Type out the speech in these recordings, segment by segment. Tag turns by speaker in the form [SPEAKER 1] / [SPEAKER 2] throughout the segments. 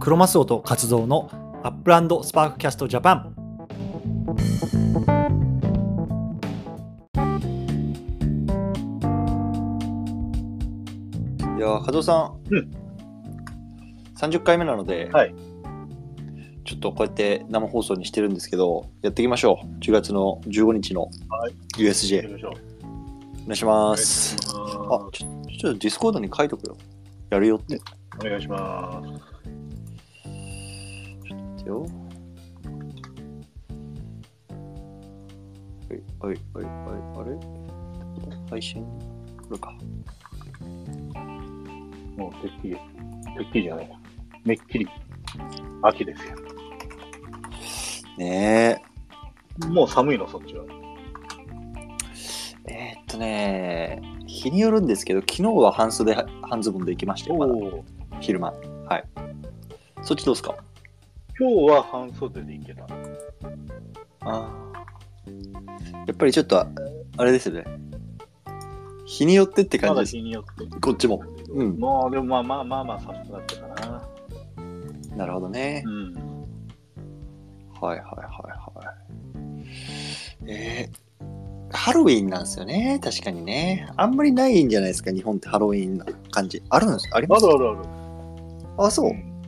[SPEAKER 1] クロマスオと活動のアップランドスパークキャストジャパンいやー加藤さん、
[SPEAKER 2] うん
[SPEAKER 1] 30回目なので、
[SPEAKER 2] はい
[SPEAKER 1] ちょっとこうやって生放送にしてるんですけどやっていきましょう10月の15日の
[SPEAKER 2] はい
[SPEAKER 1] USJ、
[SPEAKER 2] 行きましょう。
[SPEAKER 1] お願いし
[SPEAKER 2] お
[SPEAKER 1] ま
[SPEAKER 2] 願い
[SPEAKER 1] す
[SPEAKER 2] し
[SPEAKER 1] あ
[SPEAKER 2] ま
[SPEAKER 1] ちょちょっとディスコードに書いとくよやるよって
[SPEAKER 2] す。お願いします。
[SPEAKER 1] ですよ。はい、はい、はい、はい、あれ配信これか。
[SPEAKER 2] もうてっきり、てっきりじゃない。めっきり、秋ですよ。
[SPEAKER 1] ね
[SPEAKER 2] もう寒いの、そっちは。
[SPEAKER 1] え。えーっとね日によるんですけど、昨日は半袖、半ズボンで行きましたよ、まだ
[SPEAKER 2] お。
[SPEAKER 1] 昼間。はい。そっちどうですか
[SPEAKER 2] 今日は半袖で行けた。
[SPEAKER 1] あーやっぱりちょっと、あれですよね。日によってって感
[SPEAKER 2] ま
[SPEAKER 1] じ
[SPEAKER 2] だ
[SPEAKER 1] です。
[SPEAKER 2] 日によって。
[SPEAKER 1] こっちも。うん
[SPEAKER 2] もう、でもまあまあまあまあ寒くなってたな。
[SPEAKER 1] なるほどね
[SPEAKER 2] う。ん。
[SPEAKER 1] はいはいはいはい。えー、ハロウィンなんですよね、確かにね。あんまりないんじゃないですか、日本ってハロウィンな感じ。あるんですあり
[SPEAKER 2] あ
[SPEAKER 1] ます
[SPEAKER 2] るあるある。
[SPEAKER 1] あ、そうう。
[SPEAKER 2] ん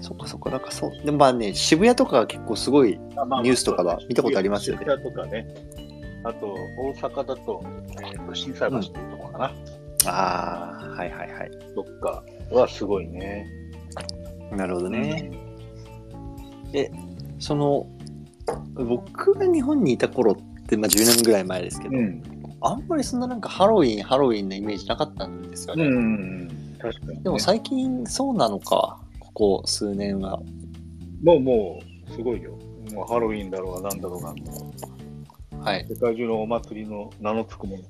[SPEAKER 1] そっかそっか、なんかそう。でもまあね、渋谷とかは結構すごい、
[SPEAKER 2] まあまあ
[SPEAKER 1] ニュースとかは見たことありますよね
[SPEAKER 2] 渋谷とかね。あと、大阪だと、えーと心斎橋っていうところかな。
[SPEAKER 1] ああ、はいはいはい。
[SPEAKER 2] どっかはすごいね。
[SPEAKER 1] なるほどね。え、その、僕が日本にいた頃って、まあ10年ぐらい前ですけど、
[SPEAKER 2] うん。
[SPEAKER 1] あんまりそんななんかハロウィン、ハロウィンのイメージなかったんですよね。
[SPEAKER 2] うん。確かに、ね。
[SPEAKER 1] でも最近そうなのか、ここ数年は。
[SPEAKER 2] もうもう、すごいよ。もうハロウィンだろうが、なんだろうが、も
[SPEAKER 1] はい。
[SPEAKER 2] う世界中のお祭りの名のつくものが。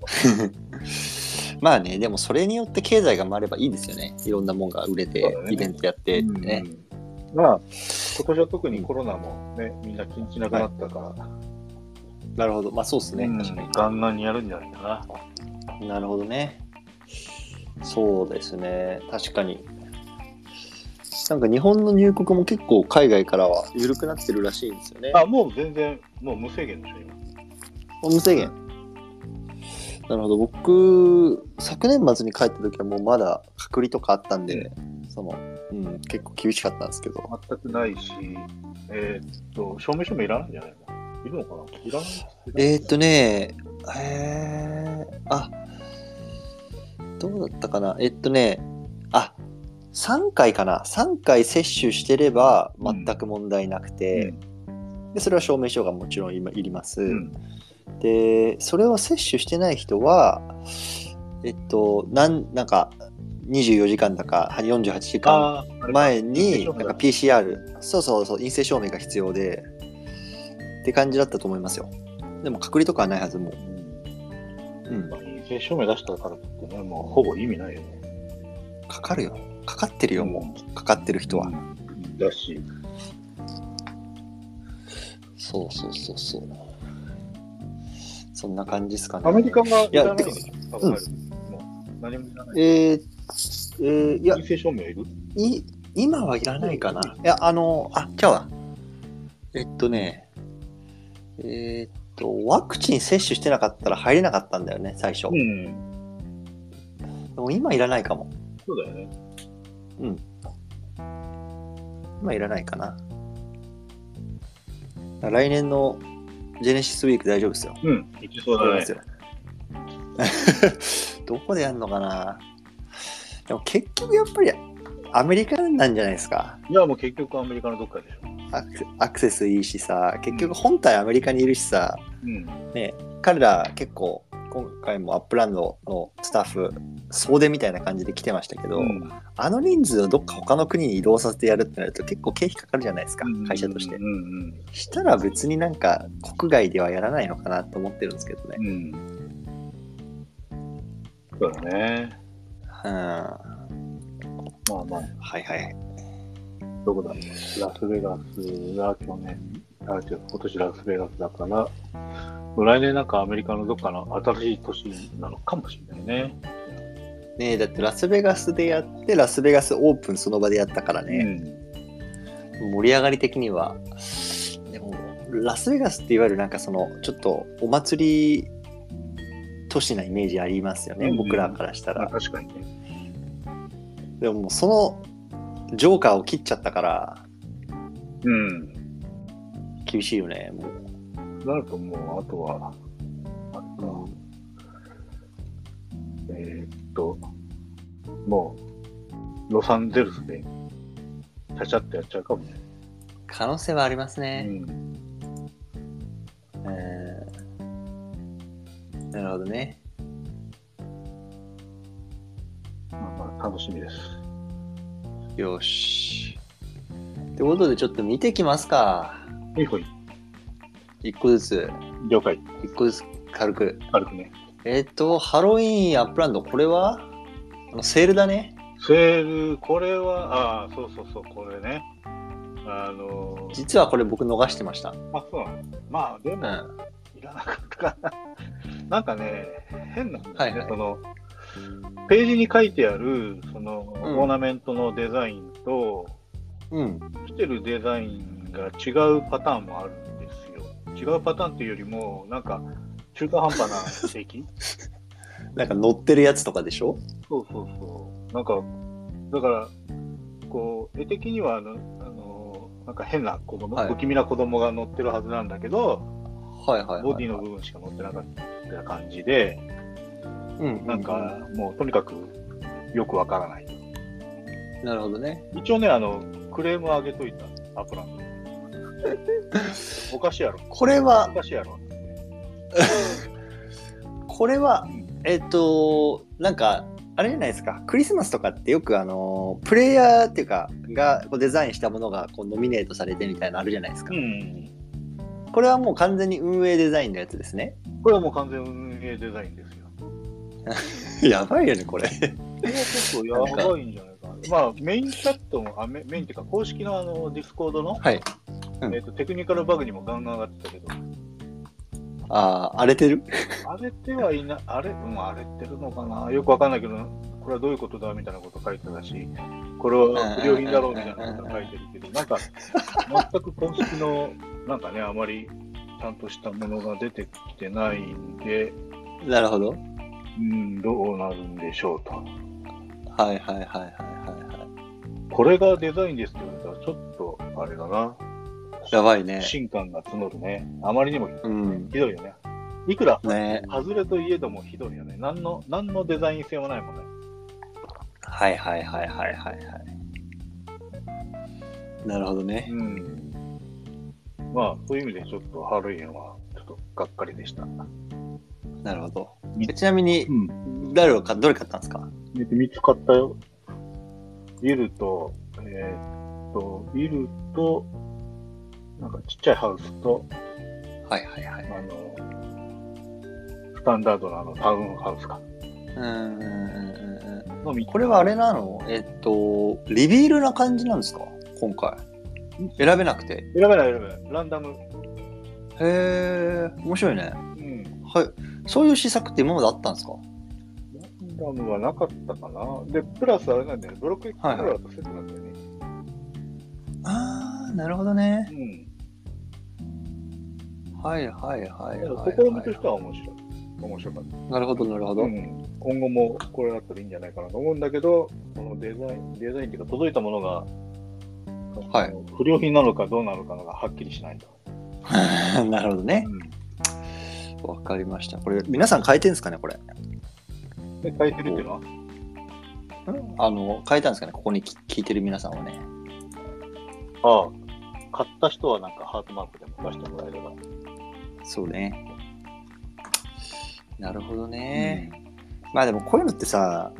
[SPEAKER 1] まあね、でもそれによって経済が回ればいいですよね。いろんなもんが売れて
[SPEAKER 2] そうだ、ね
[SPEAKER 1] イベントやってってね。
[SPEAKER 2] うんまあ、今年は特にコロナもね、みんな禁止なくなったから、
[SPEAKER 1] なるほど。まあそうですね。
[SPEAKER 2] うん
[SPEAKER 1] 確かに
[SPEAKER 2] ガンガンにやるんじゃないかな。
[SPEAKER 1] なるほどね。そうですね。確かに。なんか日本の入国も結構海外からは緩くなってるらしいんですよね。
[SPEAKER 2] あ、もう全然、もう無制限でしょ、今。
[SPEAKER 1] 無制限。なるほど。僕、昨年末に帰った時はもうまだ隔離とかあったんで、その、うん、結構厳しかったんですけど。
[SPEAKER 2] 全くないし、えーっと、証明書もいらないんじゃないのいるのかないらない
[SPEAKER 1] えー、っとね、えー、あ、どうだったかな。えっとね、あ、3回かな。3回接種してれば全く問題なくて、でそれは証明書がもちろん今いります、
[SPEAKER 2] うん
[SPEAKER 1] で、それを接種してない人は、えっと、なんなんか、24時間だか48時間
[SPEAKER 2] あーあれか
[SPEAKER 1] 前に
[SPEAKER 2] 陰性
[SPEAKER 1] な
[SPEAKER 2] 証明
[SPEAKER 1] ん
[SPEAKER 2] だ
[SPEAKER 1] か PCR そうそうそう陰性証明が必要でって感じだったと思いますよでも隔離とかはないはずもう、
[SPEAKER 2] うん
[SPEAKER 1] うん
[SPEAKER 2] ま、あ陰性証明出したからといってね、もうほぼ意味ないよね。
[SPEAKER 1] かかるよかかってるよもうかかってる人は、
[SPEAKER 2] うんだし、
[SPEAKER 1] そうそうそうそうそんな感じですかね
[SPEAKER 2] アメリカがい
[SPEAKER 1] や
[SPEAKER 2] らないん
[SPEAKER 1] て
[SPEAKER 2] で
[SPEAKER 1] か
[SPEAKER 2] しょ、考えるともう何もいらない。
[SPEAKER 1] えーえーいや
[SPEAKER 2] 陰性証明いる
[SPEAKER 1] い今はいらないかないやあのあ今日はえっとねえーっとワクチン接種してなかったら入れなかったんだよね最初、
[SPEAKER 2] ん。
[SPEAKER 1] でも今いらないかも
[SPEAKER 2] そうだよね。
[SPEAKER 1] 今いらないかな来年のジェネシスウィーク大丈夫ですよ
[SPEAKER 2] うん。いきそう
[SPEAKER 1] そう
[SPEAKER 2] だ
[SPEAKER 1] なんで
[SPEAKER 2] ね
[SPEAKER 1] す。よ。 どこでやるのかなでも結局やっぱりアメリカなんじゃないですか
[SPEAKER 2] いや、もう結局アメリカのどっかでしょ。
[SPEAKER 1] アクセアクセスいいしさ結局本体アメリカにいるしさ
[SPEAKER 2] うん。
[SPEAKER 1] ね彼ら結構今回もアップランドのスタッフ総出みたいな感じで来てましたけど、
[SPEAKER 2] うん
[SPEAKER 1] あの人数をどっか他の国に移動させてやるってなると結構経費かかるじゃないですか会社として
[SPEAKER 2] うんうん
[SPEAKER 1] したら別になんか国外ではやらないのかなと思ってるんですけどね
[SPEAKER 2] うん。うん。そうだね。
[SPEAKER 1] うんは
[SPEAKER 2] まあまあ、
[SPEAKER 1] いはい
[SPEAKER 2] どこだろう。ラスベガスが去年、あ、違う、今年ラスベガスだから、来年なんかアメリカのどっかの新しい都市なのかもしれないね。
[SPEAKER 1] ねえだってラスベガスでやってラスベガスオープンその場でやったからね、
[SPEAKER 2] ん。
[SPEAKER 1] 盛り上がり的にはでもラスベガスっていわゆるなんかそのちょっとお祭り都市なイメージありますよね、
[SPEAKER 2] うん
[SPEAKER 1] 僕らからした
[SPEAKER 2] まあ
[SPEAKER 1] ら、
[SPEAKER 2] 確かにね。
[SPEAKER 1] でももうそのジョーカーを切っちゃったから
[SPEAKER 2] うん。
[SPEAKER 1] 厳しいよねもう
[SPEAKER 2] なるともう、あとは、あれか。えーっと、もう、ロサンゼルスで、ちゃちゃってやっちゃうかもね。
[SPEAKER 1] 可能性はあります
[SPEAKER 2] う
[SPEAKER 1] ね、
[SPEAKER 2] ん。
[SPEAKER 1] えーなるほどね
[SPEAKER 2] まあまあ、楽しみです。
[SPEAKER 1] よしってことでちょっと見てきますか
[SPEAKER 2] はいはい。
[SPEAKER 1] 一個ずつ
[SPEAKER 2] 了解。
[SPEAKER 1] 一個ずつ軽く
[SPEAKER 2] 軽くね。
[SPEAKER 1] えっ、とハロウィーンアップランドこれはあのセールだね
[SPEAKER 2] セール、これは、ああ、そうそうそう、これね。あのー、
[SPEAKER 1] 実はこれ僕逃してました、
[SPEAKER 2] あ、そうなのまあ、で
[SPEAKER 1] う
[SPEAKER 2] も、
[SPEAKER 1] ん、
[SPEAKER 2] いらなかったかな。 なんかね、変なんだよね、
[SPEAKER 1] はいはい
[SPEAKER 2] その、ページに書いてある、その、
[SPEAKER 1] ん
[SPEAKER 2] オーナメントのデザインと、
[SPEAKER 1] うん
[SPEAKER 2] 来てるデザインが違うパターンもあるんですよ。違うパターンっていうよりも、なんか、中途半端な指摘
[SPEAKER 1] なんか乗ってるやつとかでしょ
[SPEAKER 2] そうそうそう。なんか、だから、こう、絵的にはあの、あの、なんか変な子供、
[SPEAKER 1] はい
[SPEAKER 2] 不気味な子供が乗ってるはずなんだけど、
[SPEAKER 1] はいはい、はい、
[SPEAKER 2] ボディの部分しか乗ってなかった感じで、
[SPEAKER 1] うん
[SPEAKER 2] なんか、もうとにかくよくわからない。
[SPEAKER 1] うんなるほどね
[SPEAKER 2] 一応ね、あの、クレームあげといた、アプランド。おかしいやろ。
[SPEAKER 1] これは
[SPEAKER 2] おかしいやろ。
[SPEAKER 1] これはえっ、となんかあれじゃないですかクリスマスとかってよくあのプレイヤーっていうかがこうデザインしたものがこうノミネートされてみたいなのあるじゃないですか、
[SPEAKER 2] うん。
[SPEAKER 1] これはもう完全に運営デザインのやつですね
[SPEAKER 2] これはもう完全運営デザインです よ。
[SPEAKER 1] やばいよねこれ
[SPEAKER 2] これは結構やばいんじゃないかな。まあ、メインチャットも、あメメインっていうか、公式のあのディスコードの、
[SPEAKER 1] はいうん
[SPEAKER 2] えっとテクニカルバグにもガンガン上がってたけど、
[SPEAKER 1] ああ荒れてる
[SPEAKER 2] 荒れてはいな、あれ、うん、荒れてるのかな。よくわかんないけど、これはどういうことだみたいなこと書いてたし、これは不良品だろうみたいなこと書いてるけど、なんか、全く公式の、なんかね、あまりちゃんとしたものが出てきてないんで、
[SPEAKER 1] なるほど
[SPEAKER 2] うん、どうなるんでしょうと。
[SPEAKER 1] はいはいはいはいはいはい
[SPEAKER 2] これがデザインですって言われたら、ちょっと、あれだな。
[SPEAKER 1] やばいね
[SPEAKER 2] 不信感が募るね。あまりにも
[SPEAKER 1] うん
[SPEAKER 2] ひどいよね。いくら、
[SPEAKER 1] ね
[SPEAKER 2] 外れといえどもひどいよね。何の、何のデザイン性もないもんね。
[SPEAKER 1] はいはいはいはいはいはいなるほどね
[SPEAKER 2] うん。まあ、そういう意味でちょっとハロウィンは、ちょっとがっかりでした。う
[SPEAKER 1] なるほど
[SPEAKER 2] み
[SPEAKER 1] えちなみに
[SPEAKER 2] ん。
[SPEAKER 1] 誰をかどれ買ったんですか
[SPEAKER 2] で、見つかったよ。ビルと、えーっと、ビルと、なんかちっちゃいハウスと、
[SPEAKER 1] はいはいは
[SPEAKER 2] あ
[SPEAKER 1] い
[SPEAKER 2] の、スタンダードのあの、タウンハウスか。
[SPEAKER 1] うんうんうんうんうん
[SPEAKER 2] のみ
[SPEAKER 1] これはあれなのえっとリビールな感じなんですか今回選べなくて
[SPEAKER 2] 選べない選べない。ランダム。
[SPEAKER 1] へえ面白いね
[SPEAKER 2] うん。
[SPEAKER 1] はいそういう試作って今まであったんですか
[SPEAKER 2] ランダムはなかったかな。で、プラスあれなんだよね、ブロックエクスプローラーとセットなんだよね。
[SPEAKER 1] ああなるほどね
[SPEAKER 2] うん。
[SPEAKER 1] はいはいはい
[SPEAKER 2] だ
[SPEAKER 1] は
[SPEAKER 2] から
[SPEAKER 1] い
[SPEAKER 2] 試みとしては面白い。面白かった。
[SPEAKER 1] なるほどなるほど、
[SPEAKER 2] うん。今後もこれだったらいいんじゃないかなと思うんだけど、このデザイン、デザインっていうか届いたものが、
[SPEAKER 1] はい
[SPEAKER 2] 不良品なのかどうなのかがはっきりしないと。
[SPEAKER 1] なるほどねわかりましたこれ皆さん変えてんですかねこれ
[SPEAKER 2] うん。で、書いてるっていうのは、
[SPEAKER 1] あの変えたんですかねここにき聞いてる皆さんはね
[SPEAKER 2] ああ、買った人はなんかハートマークでも出してもらえれば。
[SPEAKER 1] そうねなるほどね、まあでもこういうのってさ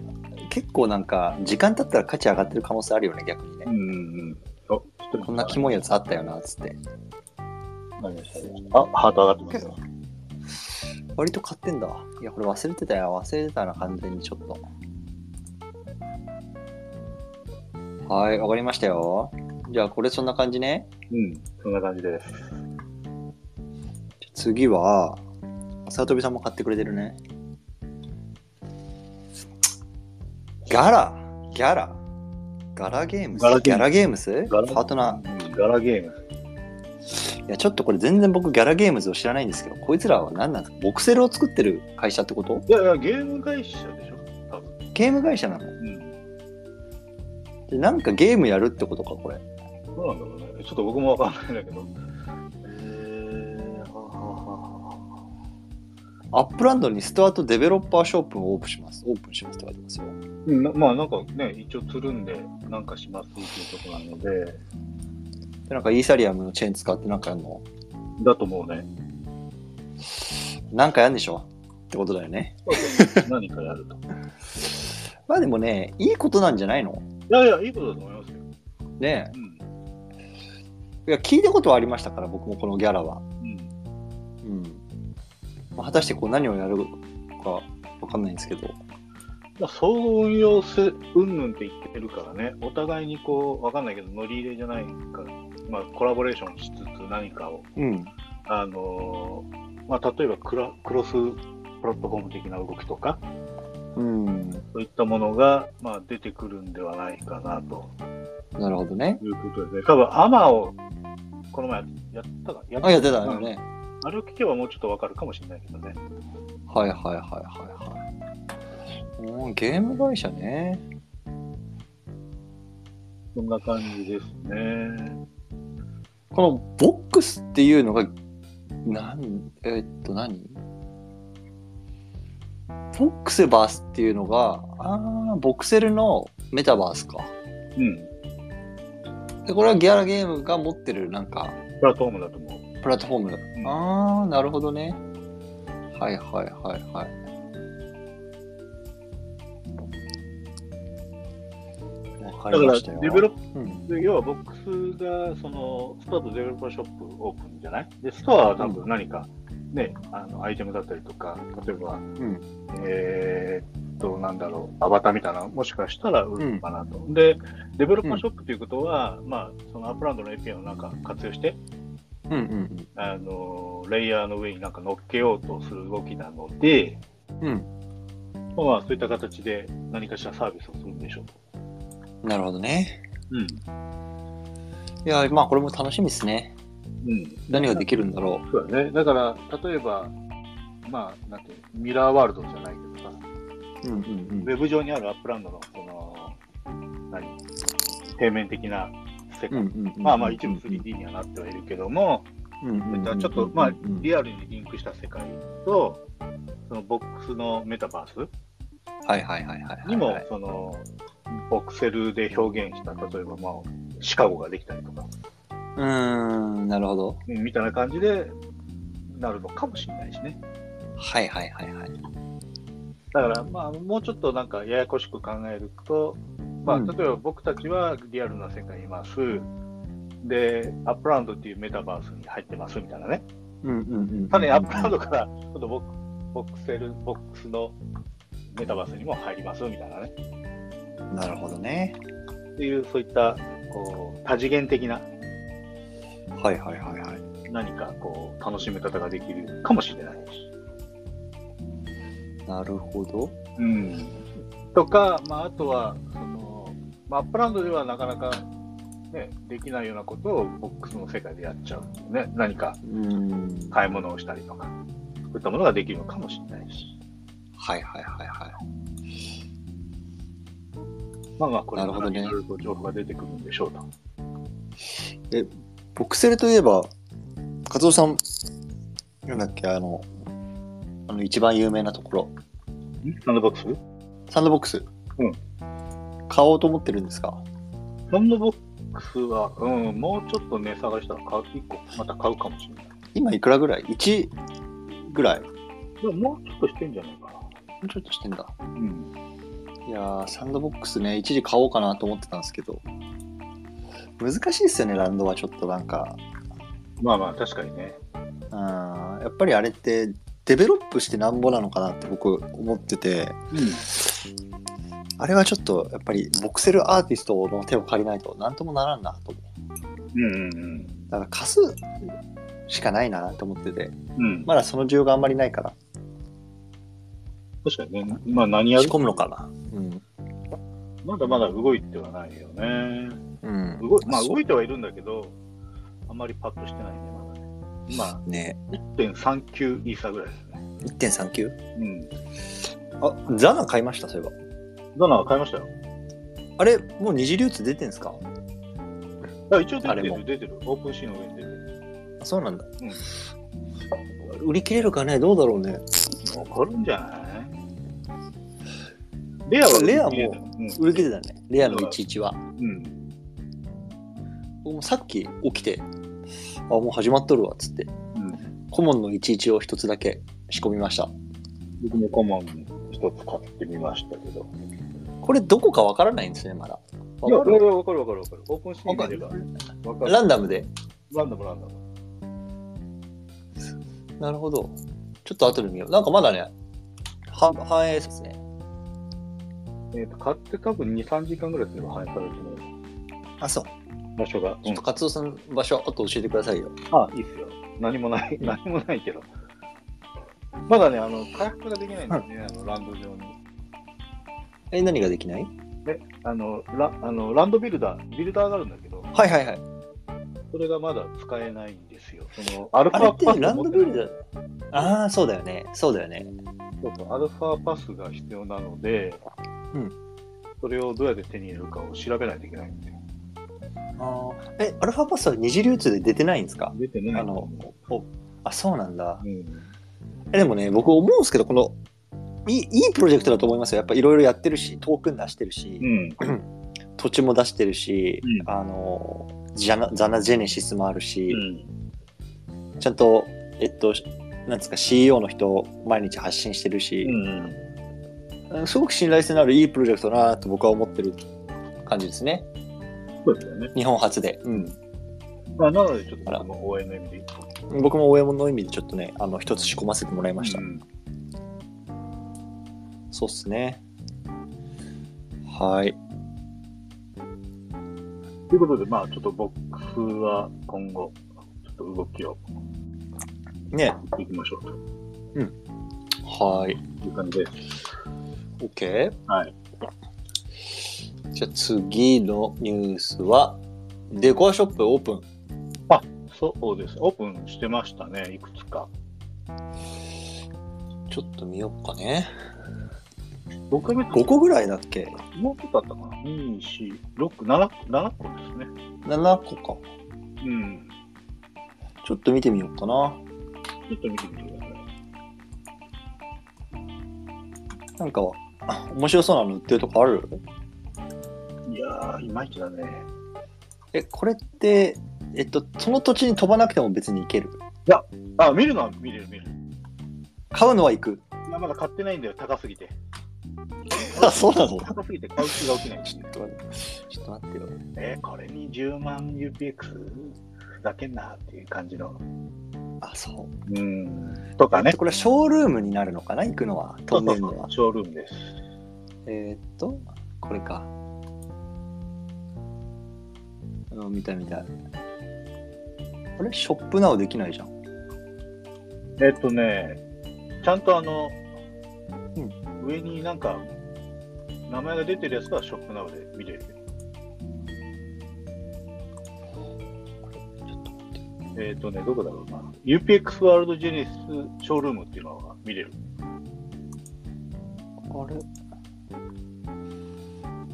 [SPEAKER 1] 結構なんか時間経ったら価値上がってる可能性あるよね逆にね、
[SPEAKER 2] うんうんうん。あ、ちょっと
[SPEAKER 1] こんなキモいやつあったよなっつって
[SPEAKER 2] なりましたあ、ハート上がってますよ。
[SPEAKER 1] 割と買ってんだいやこれ忘れてたよ忘れてたな完全にちょっとはいわかりましたよじゃあこれそんな感じね
[SPEAKER 2] うん。そんな感じです。
[SPEAKER 1] 次は、さとびさんも買ってくれてるね。ガラギャラガラゲームス
[SPEAKER 2] ガラゲームス
[SPEAKER 1] ギャラゲームスパ
[SPEAKER 2] ガラ
[SPEAKER 1] ートナ
[SPEAKER 2] ガラゲーム。
[SPEAKER 1] ー。いや、ちょっとこれ全然僕ギャラゲームズを知らないんですけど、こいつらは何なんですかボクセルを作ってる会社ってこと
[SPEAKER 2] いやいや、ゲーム会社でしょ多分。
[SPEAKER 1] ゲーム会社なの
[SPEAKER 2] うん。
[SPEAKER 1] でなんかゲームやるってことか、これ。
[SPEAKER 2] どうなんだろうね。ちょっと僕もわかんないんだけど。えー、ははは
[SPEAKER 1] アップランドにストアとデベロッパーショップをオープンします。オープンしますって書いてますよ。
[SPEAKER 2] うんなまあなんかね、一応つるんで、なんかしますっていうことなので、
[SPEAKER 1] で、なんかイーサリアムのチェーン使ってなんかやるの
[SPEAKER 2] だと思うね。
[SPEAKER 1] なんかやんでしょってことだよね。
[SPEAKER 2] 何かやると。い
[SPEAKER 1] まあでもね、いいことなんじゃないの
[SPEAKER 2] やいや、いいことだと思いますよ。
[SPEAKER 1] ね
[SPEAKER 2] うん。
[SPEAKER 1] えいや、聞いたことはありましたから、僕もこのギャラは。
[SPEAKER 2] うん。
[SPEAKER 1] うん。まあ、果たしてこう何をやるかわかんないんですけど。
[SPEAKER 2] まあ、総合運用せ、うんぬんって言ってるからね、お互いにこう、わかんないけど、乗り入れじゃないから、まあ、コラボレーションしつつ何かを、
[SPEAKER 1] うん。
[SPEAKER 2] あのーまあ、例えばクラクロスプラットフォーム的な動きとか、
[SPEAKER 1] うん。
[SPEAKER 2] そういったものが、まあ、出てくるんではないかなと
[SPEAKER 1] なるほどね。
[SPEAKER 2] いうことですね。多分、アマを、この前やったか、や
[SPEAKER 1] あ、いや、出たよね。
[SPEAKER 2] うんあれを聞けばもうちょっとわかるかもしれないけどね。
[SPEAKER 1] はいはいはいはいはい。うん、ゲーム会社ね。
[SPEAKER 2] そんな感じですね。
[SPEAKER 1] このボックスっていうのが、なん、えっと何、ボックスバースっていうのが、ああ、ボクセルのメタバースか。
[SPEAKER 2] うん。
[SPEAKER 1] で、これはギャラゲームが持ってるなんか、
[SPEAKER 2] プラットフォームだと思う。
[SPEAKER 1] プラットフォーム。
[SPEAKER 2] ん
[SPEAKER 1] ああ、なるほどね。はいはいはいはい。わか
[SPEAKER 2] だ
[SPEAKER 1] り
[SPEAKER 2] か
[SPEAKER 1] ま
[SPEAKER 2] ら、
[SPEAKER 1] したよ。
[SPEAKER 2] デベロッ
[SPEAKER 1] うん
[SPEAKER 2] で要はボックスがそのストアとデベロッパーショップオープンじゃないでストアは多分何か、ねあのアイテムだったりとか例えば
[SPEAKER 1] うん
[SPEAKER 2] えーっとなんだろうアバターみたいなのもしかしたら売るのかなと、でデベロッパーショップということは、まあそのアップランドの API をなんか活用して
[SPEAKER 1] うんうん
[SPEAKER 2] あのレイヤーの上になんか乗っけようとする動きなので
[SPEAKER 1] うんうん
[SPEAKER 2] まあそういった形で何かしらサービスをするんでしょうと。
[SPEAKER 1] なるほどね。
[SPEAKER 2] うん
[SPEAKER 1] いや、まあこれも楽しみですね。
[SPEAKER 2] うん
[SPEAKER 1] 何ができるんだろ
[SPEAKER 2] そうだね。だから、例えば、まあ、なんていうミラーワールドじゃないけどさ、
[SPEAKER 1] う。うんうん
[SPEAKER 2] ウェブ上にあるアップランドの、その、何、平面的な世界。
[SPEAKER 1] ん
[SPEAKER 2] まあまあ、一部 3D にはなってはいるけども、じゃあちょっと、まあ、リアルにリンクした世界と、そのボックスのメタバー
[SPEAKER 1] アはいはいはいはいはい
[SPEAKER 2] スにも、その、ボクセルで表現した、例えば、まあ、シカゴができたりとか、
[SPEAKER 1] うーんなるほど
[SPEAKER 2] うんみたいな感じで、なるのかもしれないしね。
[SPEAKER 1] はいはいはいはい
[SPEAKER 2] だから、まあ、もうちょっとなんかややこしく考えると、まあ、
[SPEAKER 1] うん
[SPEAKER 2] 例えば僕たちはリアルな世界にいます、で、アップランドっていうメタバースに入ってますみたいなね、
[SPEAKER 1] うんうんうん
[SPEAKER 2] さらにアップランドから、ちょっとボボックセル、ボックスのメタバースにも入りますみたいなね、
[SPEAKER 1] なるほどね
[SPEAKER 2] っていう、そういったこう多次元的な
[SPEAKER 1] はいはいはいはい
[SPEAKER 2] 何かこう楽しみ方ができるかもしれないし。
[SPEAKER 1] なるほど
[SPEAKER 2] うん、とか、まあ、あとはその、まあ、アップランドではなかなか、ね、できないようなことをボックスの世界でやっちゃうっていうね、何か
[SPEAKER 1] うーん
[SPEAKER 2] 買い物をしたりとか、そういったものができるのかもしれないし、
[SPEAKER 1] はいはいはいはい
[SPEAKER 2] まあまあ、これ
[SPEAKER 1] なるほどね
[SPEAKER 2] いろいろと情報が出てくるんでしょうと。
[SPEAKER 1] ボクセルといえばカツオさんなんだっけあのあの一番有名なところ
[SPEAKER 2] サンドボックス
[SPEAKER 1] サンドボックス
[SPEAKER 2] うん
[SPEAKER 1] 買おうと思ってるんですか
[SPEAKER 2] サンドボックスは、うん、もうちょっとね、探したら買う、1個また買うかもしれない。
[SPEAKER 1] 今いくらぐらい ?1 ぐらいも
[SPEAKER 2] でももうちょっとしてんじゃないか
[SPEAKER 1] うちょっとしてんだ
[SPEAKER 2] な。うん。
[SPEAKER 1] いやーサンドボックスね、一時買おうかなと思ってたんですけど、難しいですよね、ランドはちょっとなんか、
[SPEAKER 2] まあまあ、確かにね。
[SPEAKER 1] うんやっぱりあれって、デベロップしてなんぼなのかなって僕思ってて、あれはちょっとやっぱりボクセルアーティストの手を借りないとなんともならんなと思う。
[SPEAKER 2] うんうん
[SPEAKER 1] だから貸すしかないなと思ってて、
[SPEAKER 2] うん。うん。
[SPEAKER 1] まだその需要があんまりないから、
[SPEAKER 2] 確かにね。まあ、何や
[SPEAKER 1] 仕
[SPEAKER 2] る
[SPEAKER 1] 込むのかな。うん。
[SPEAKER 2] まだまだ動いてはないよね。
[SPEAKER 1] うん。
[SPEAKER 2] 動いまあ、
[SPEAKER 1] そう
[SPEAKER 2] 動いてはいるんだけど、あまりパッとしてないね、まだね。今、
[SPEAKER 1] ね
[SPEAKER 2] 1.39イーサぐらいですね。
[SPEAKER 1] 1.39?
[SPEAKER 2] うん。
[SPEAKER 1] あ、ザナ買いました、そういえば。
[SPEAKER 2] ザナは買いましたよ。
[SPEAKER 1] あれ、もう二次流通出てんすか
[SPEAKER 2] あ一応出
[SPEAKER 1] あ
[SPEAKER 2] て
[SPEAKER 1] れも
[SPEAKER 2] る、出てる。オープンシーンの上に出てる。
[SPEAKER 1] あそうなんだ。売り切れるかね、どうだろうね。
[SPEAKER 2] 残るんじゃないレアは
[SPEAKER 1] レアも
[SPEAKER 2] いいね
[SPEAKER 1] 売り切れたね。レアの11は。
[SPEAKER 2] うん。うん
[SPEAKER 1] 僕もさっき起きて、あ、もう始まっとるわ、つって。
[SPEAKER 2] うん
[SPEAKER 1] 顧問の11を一つだけ仕込みました。
[SPEAKER 2] 僕もコマン一つ買ってみましたけど。
[SPEAKER 1] これどこかわからないんですね、まだ。
[SPEAKER 2] いや、
[SPEAKER 1] わ
[SPEAKER 2] わ
[SPEAKER 1] か
[SPEAKER 2] か
[SPEAKER 1] る
[SPEAKER 2] るわかるわかるわかる。オープンシーン見れば。わかる。
[SPEAKER 1] ランダムで。
[SPEAKER 2] ランダムランダム。
[SPEAKER 1] なるほど。ちょっと後で見よう。なんかまだね、は反映ですね。
[SPEAKER 2] えーと買って多分2、3時間ぐらいすれば反映されると思う。
[SPEAKER 1] あ、そう。
[SPEAKER 2] 場所が。
[SPEAKER 1] ちょっとカツオさん場所、あと教えてくださいよ。
[SPEAKER 2] あ、いいっすよ。何もない、何もないけど。まだね、あの、回復ができないんですね、あの、ランド上に。
[SPEAKER 1] え、何ができない
[SPEAKER 2] ね、あの、ラあのランドビルダー、ビルダーがあるんだけど、
[SPEAKER 1] はいはいはい。
[SPEAKER 2] それがまだ使えないんですよ。その、アルフ
[SPEAKER 1] あれ
[SPEAKER 2] ァ
[SPEAKER 1] って
[SPEAKER 2] パス
[SPEAKER 1] ランドビル
[SPEAKER 2] ダー
[SPEAKER 1] ダー。ああ、そうだよね。そうだよね。
[SPEAKER 2] そうそう、アルファパスが必要なので、
[SPEAKER 1] うん
[SPEAKER 2] それをどうやって手に入れるかを調べないといけないんですよ。
[SPEAKER 1] あーえ、アルファパスは二次流通で出てないんですか
[SPEAKER 2] 出てない
[SPEAKER 1] あの
[SPEAKER 2] お
[SPEAKER 1] あ、そうなんだ
[SPEAKER 2] う。ん
[SPEAKER 1] えでもね、僕思うんですけど、この、いいいいプロジェクトだと思いますよ。やっぱいろいろやってるし、トークン出してるし、
[SPEAKER 2] うん。
[SPEAKER 1] 土地も出してるし、
[SPEAKER 2] うん
[SPEAKER 1] あの、ジャナザナジェネシスもあるし、
[SPEAKER 2] うん。
[SPEAKER 1] ちゃんと、えっと、なんですか、CEO の人、毎日発信してるし、
[SPEAKER 2] うん。
[SPEAKER 1] すごく信頼性のあるいいプロジェクトだなと僕は思ってる感じですね。
[SPEAKER 2] そうですよね。
[SPEAKER 1] 日本初で。うん
[SPEAKER 2] まあ、なので、ちょっと
[SPEAKER 1] あら
[SPEAKER 2] 僕も応援の意味で一個
[SPEAKER 1] 僕も親の意味でちょっとね、あの、一つ仕込ませてもらいました。
[SPEAKER 2] うん
[SPEAKER 1] そうっすね。はい。
[SPEAKER 2] ということで、まあ、ちょっとボックスは今後、ちょっと動きを
[SPEAKER 1] ね。
[SPEAKER 2] いきましょうと
[SPEAKER 1] はい。
[SPEAKER 2] いう感じです。
[SPEAKER 1] OK?
[SPEAKER 2] はい。
[SPEAKER 1] じゃあ次のニュースは、デコアショップオープン。
[SPEAKER 2] そうです。オープンしてましたね、いくつか。
[SPEAKER 1] ちょっと見よっかね。
[SPEAKER 2] 6回目って
[SPEAKER 1] 5個ぐらいだっけ
[SPEAKER 2] もうちょっとあったかな ?2、4、6、7、7個ですね。
[SPEAKER 1] ?7 個か。
[SPEAKER 2] うん。
[SPEAKER 1] ちょっと見てみようかな。
[SPEAKER 2] ちょっと見てみてください。
[SPEAKER 1] なんか、あ面白そうなの売ってるとこある
[SPEAKER 2] いやー、いまいちだね。
[SPEAKER 1] え、これって、えっと、その土地に飛ばなくても別に行ける。
[SPEAKER 2] あ、見るのは見れる、見れる。
[SPEAKER 1] 買うのは行く。
[SPEAKER 2] いや、まだ買ってないんだよ、高すぎて。
[SPEAKER 1] あ、そう なの
[SPEAKER 2] 高すぎて買う気が起きない。
[SPEAKER 1] ちょっと待って、ちょっと待ってよ。
[SPEAKER 2] えーこれに10万 UPX だけんなっていう感じの。
[SPEAKER 1] あ、そう。
[SPEAKER 2] うん。とかね。
[SPEAKER 1] これはショールームになるのかな行くのは、飛んでるのは。
[SPEAKER 2] ショールームです。
[SPEAKER 1] えーっと、これか。あ見た見た。あれショップなおできないじゃん。
[SPEAKER 2] えっとね、ちゃんとあの、
[SPEAKER 1] う
[SPEAKER 2] 上になんか、名前が出てるやつはショップなので見れる。えっとね、どこだろうな。UPX ワールドジェネシスショールームっていうのが見れる。
[SPEAKER 1] あれ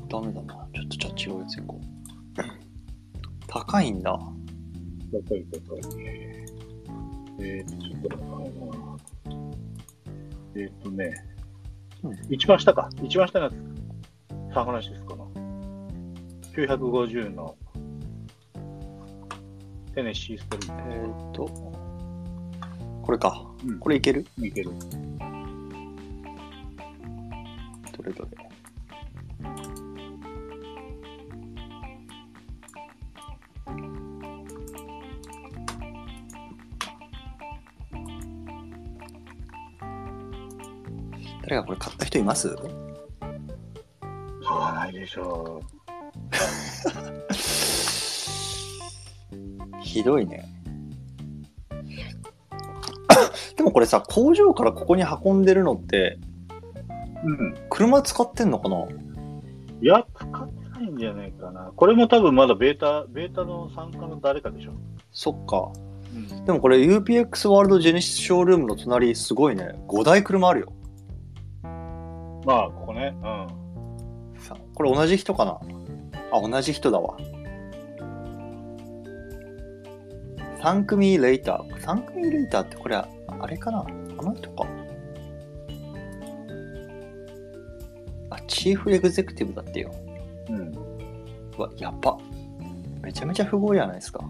[SPEAKER 1] ダメだな。ちょっとじゃあ違うやつ行こう。高いんだ。
[SPEAKER 2] どこいどこいえっと、ちょっと待ってなえっとね、
[SPEAKER 1] うん
[SPEAKER 2] 一番下か。一番下のやつ。サンフランシスコの。950のテネシーストリー
[SPEAKER 1] え
[SPEAKER 2] ト。
[SPEAKER 1] ーっと、これか。
[SPEAKER 2] うん
[SPEAKER 1] これいける
[SPEAKER 2] 見てる。
[SPEAKER 1] どれどれ。誰かこれ買った人います
[SPEAKER 2] 買わないでしょ
[SPEAKER 1] ひどいね。でもこれさ、工場からここに運んでるのって、
[SPEAKER 2] う。うん。
[SPEAKER 1] 車使ってんのかな
[SPEAKER 2] いや、使ってないんじゃないかな。これも多分まだベータ、ベータの参加の誰かでしょ。
[SPEAKER 1] そっか。
[SPEAKER 2] うん、
[SPEAKER 1] でもこれ UPX ワールドジェネシスショールームの隣すごいね。5台車あるよ。
[SPEAKER 2] まあ、ここね。うん。
[SPEAKER 1] さこれ同じ人かなあ、同じ人だわ。3組レイター。3組レイターってこれ、あれかなあの人か。あ、チーフエグゼクティブだってよ。
[SPEAKER 2] うん。
[SPEAKER 1] うわ、やば。めちゃめちゃ不合じゃないですか。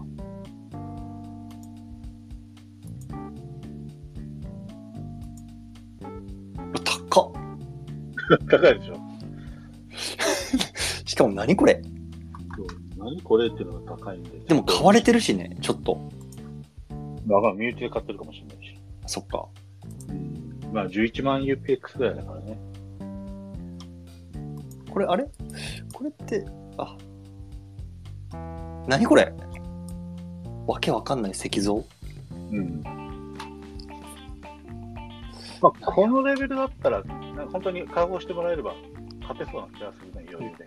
[SPEAKER 1] うわ高っ
[SPEAKER 2] 高いでしょ。
[SPEAKER 1] しかも何これ
[SPEAKER 2] 何これっていうのが高いんで。
[SPEAKER 1] でも買われてるしね、ちょっと。
[SPEAKER 2] わかんない身内で買ってるかもしれないし。
[SPEAKER 1] そっか。
[SPEAKER 2] うん。まあ、11万 UPX ぐらいだからね。
[SPEAKER 1] これ、あれこれって、あ。何これわけわかんない石像
[SPEAKER 2] うん。まあ、このレベルだったら、なんか本当に加工してもらえれば、勝てそうな気がするね、余裕で。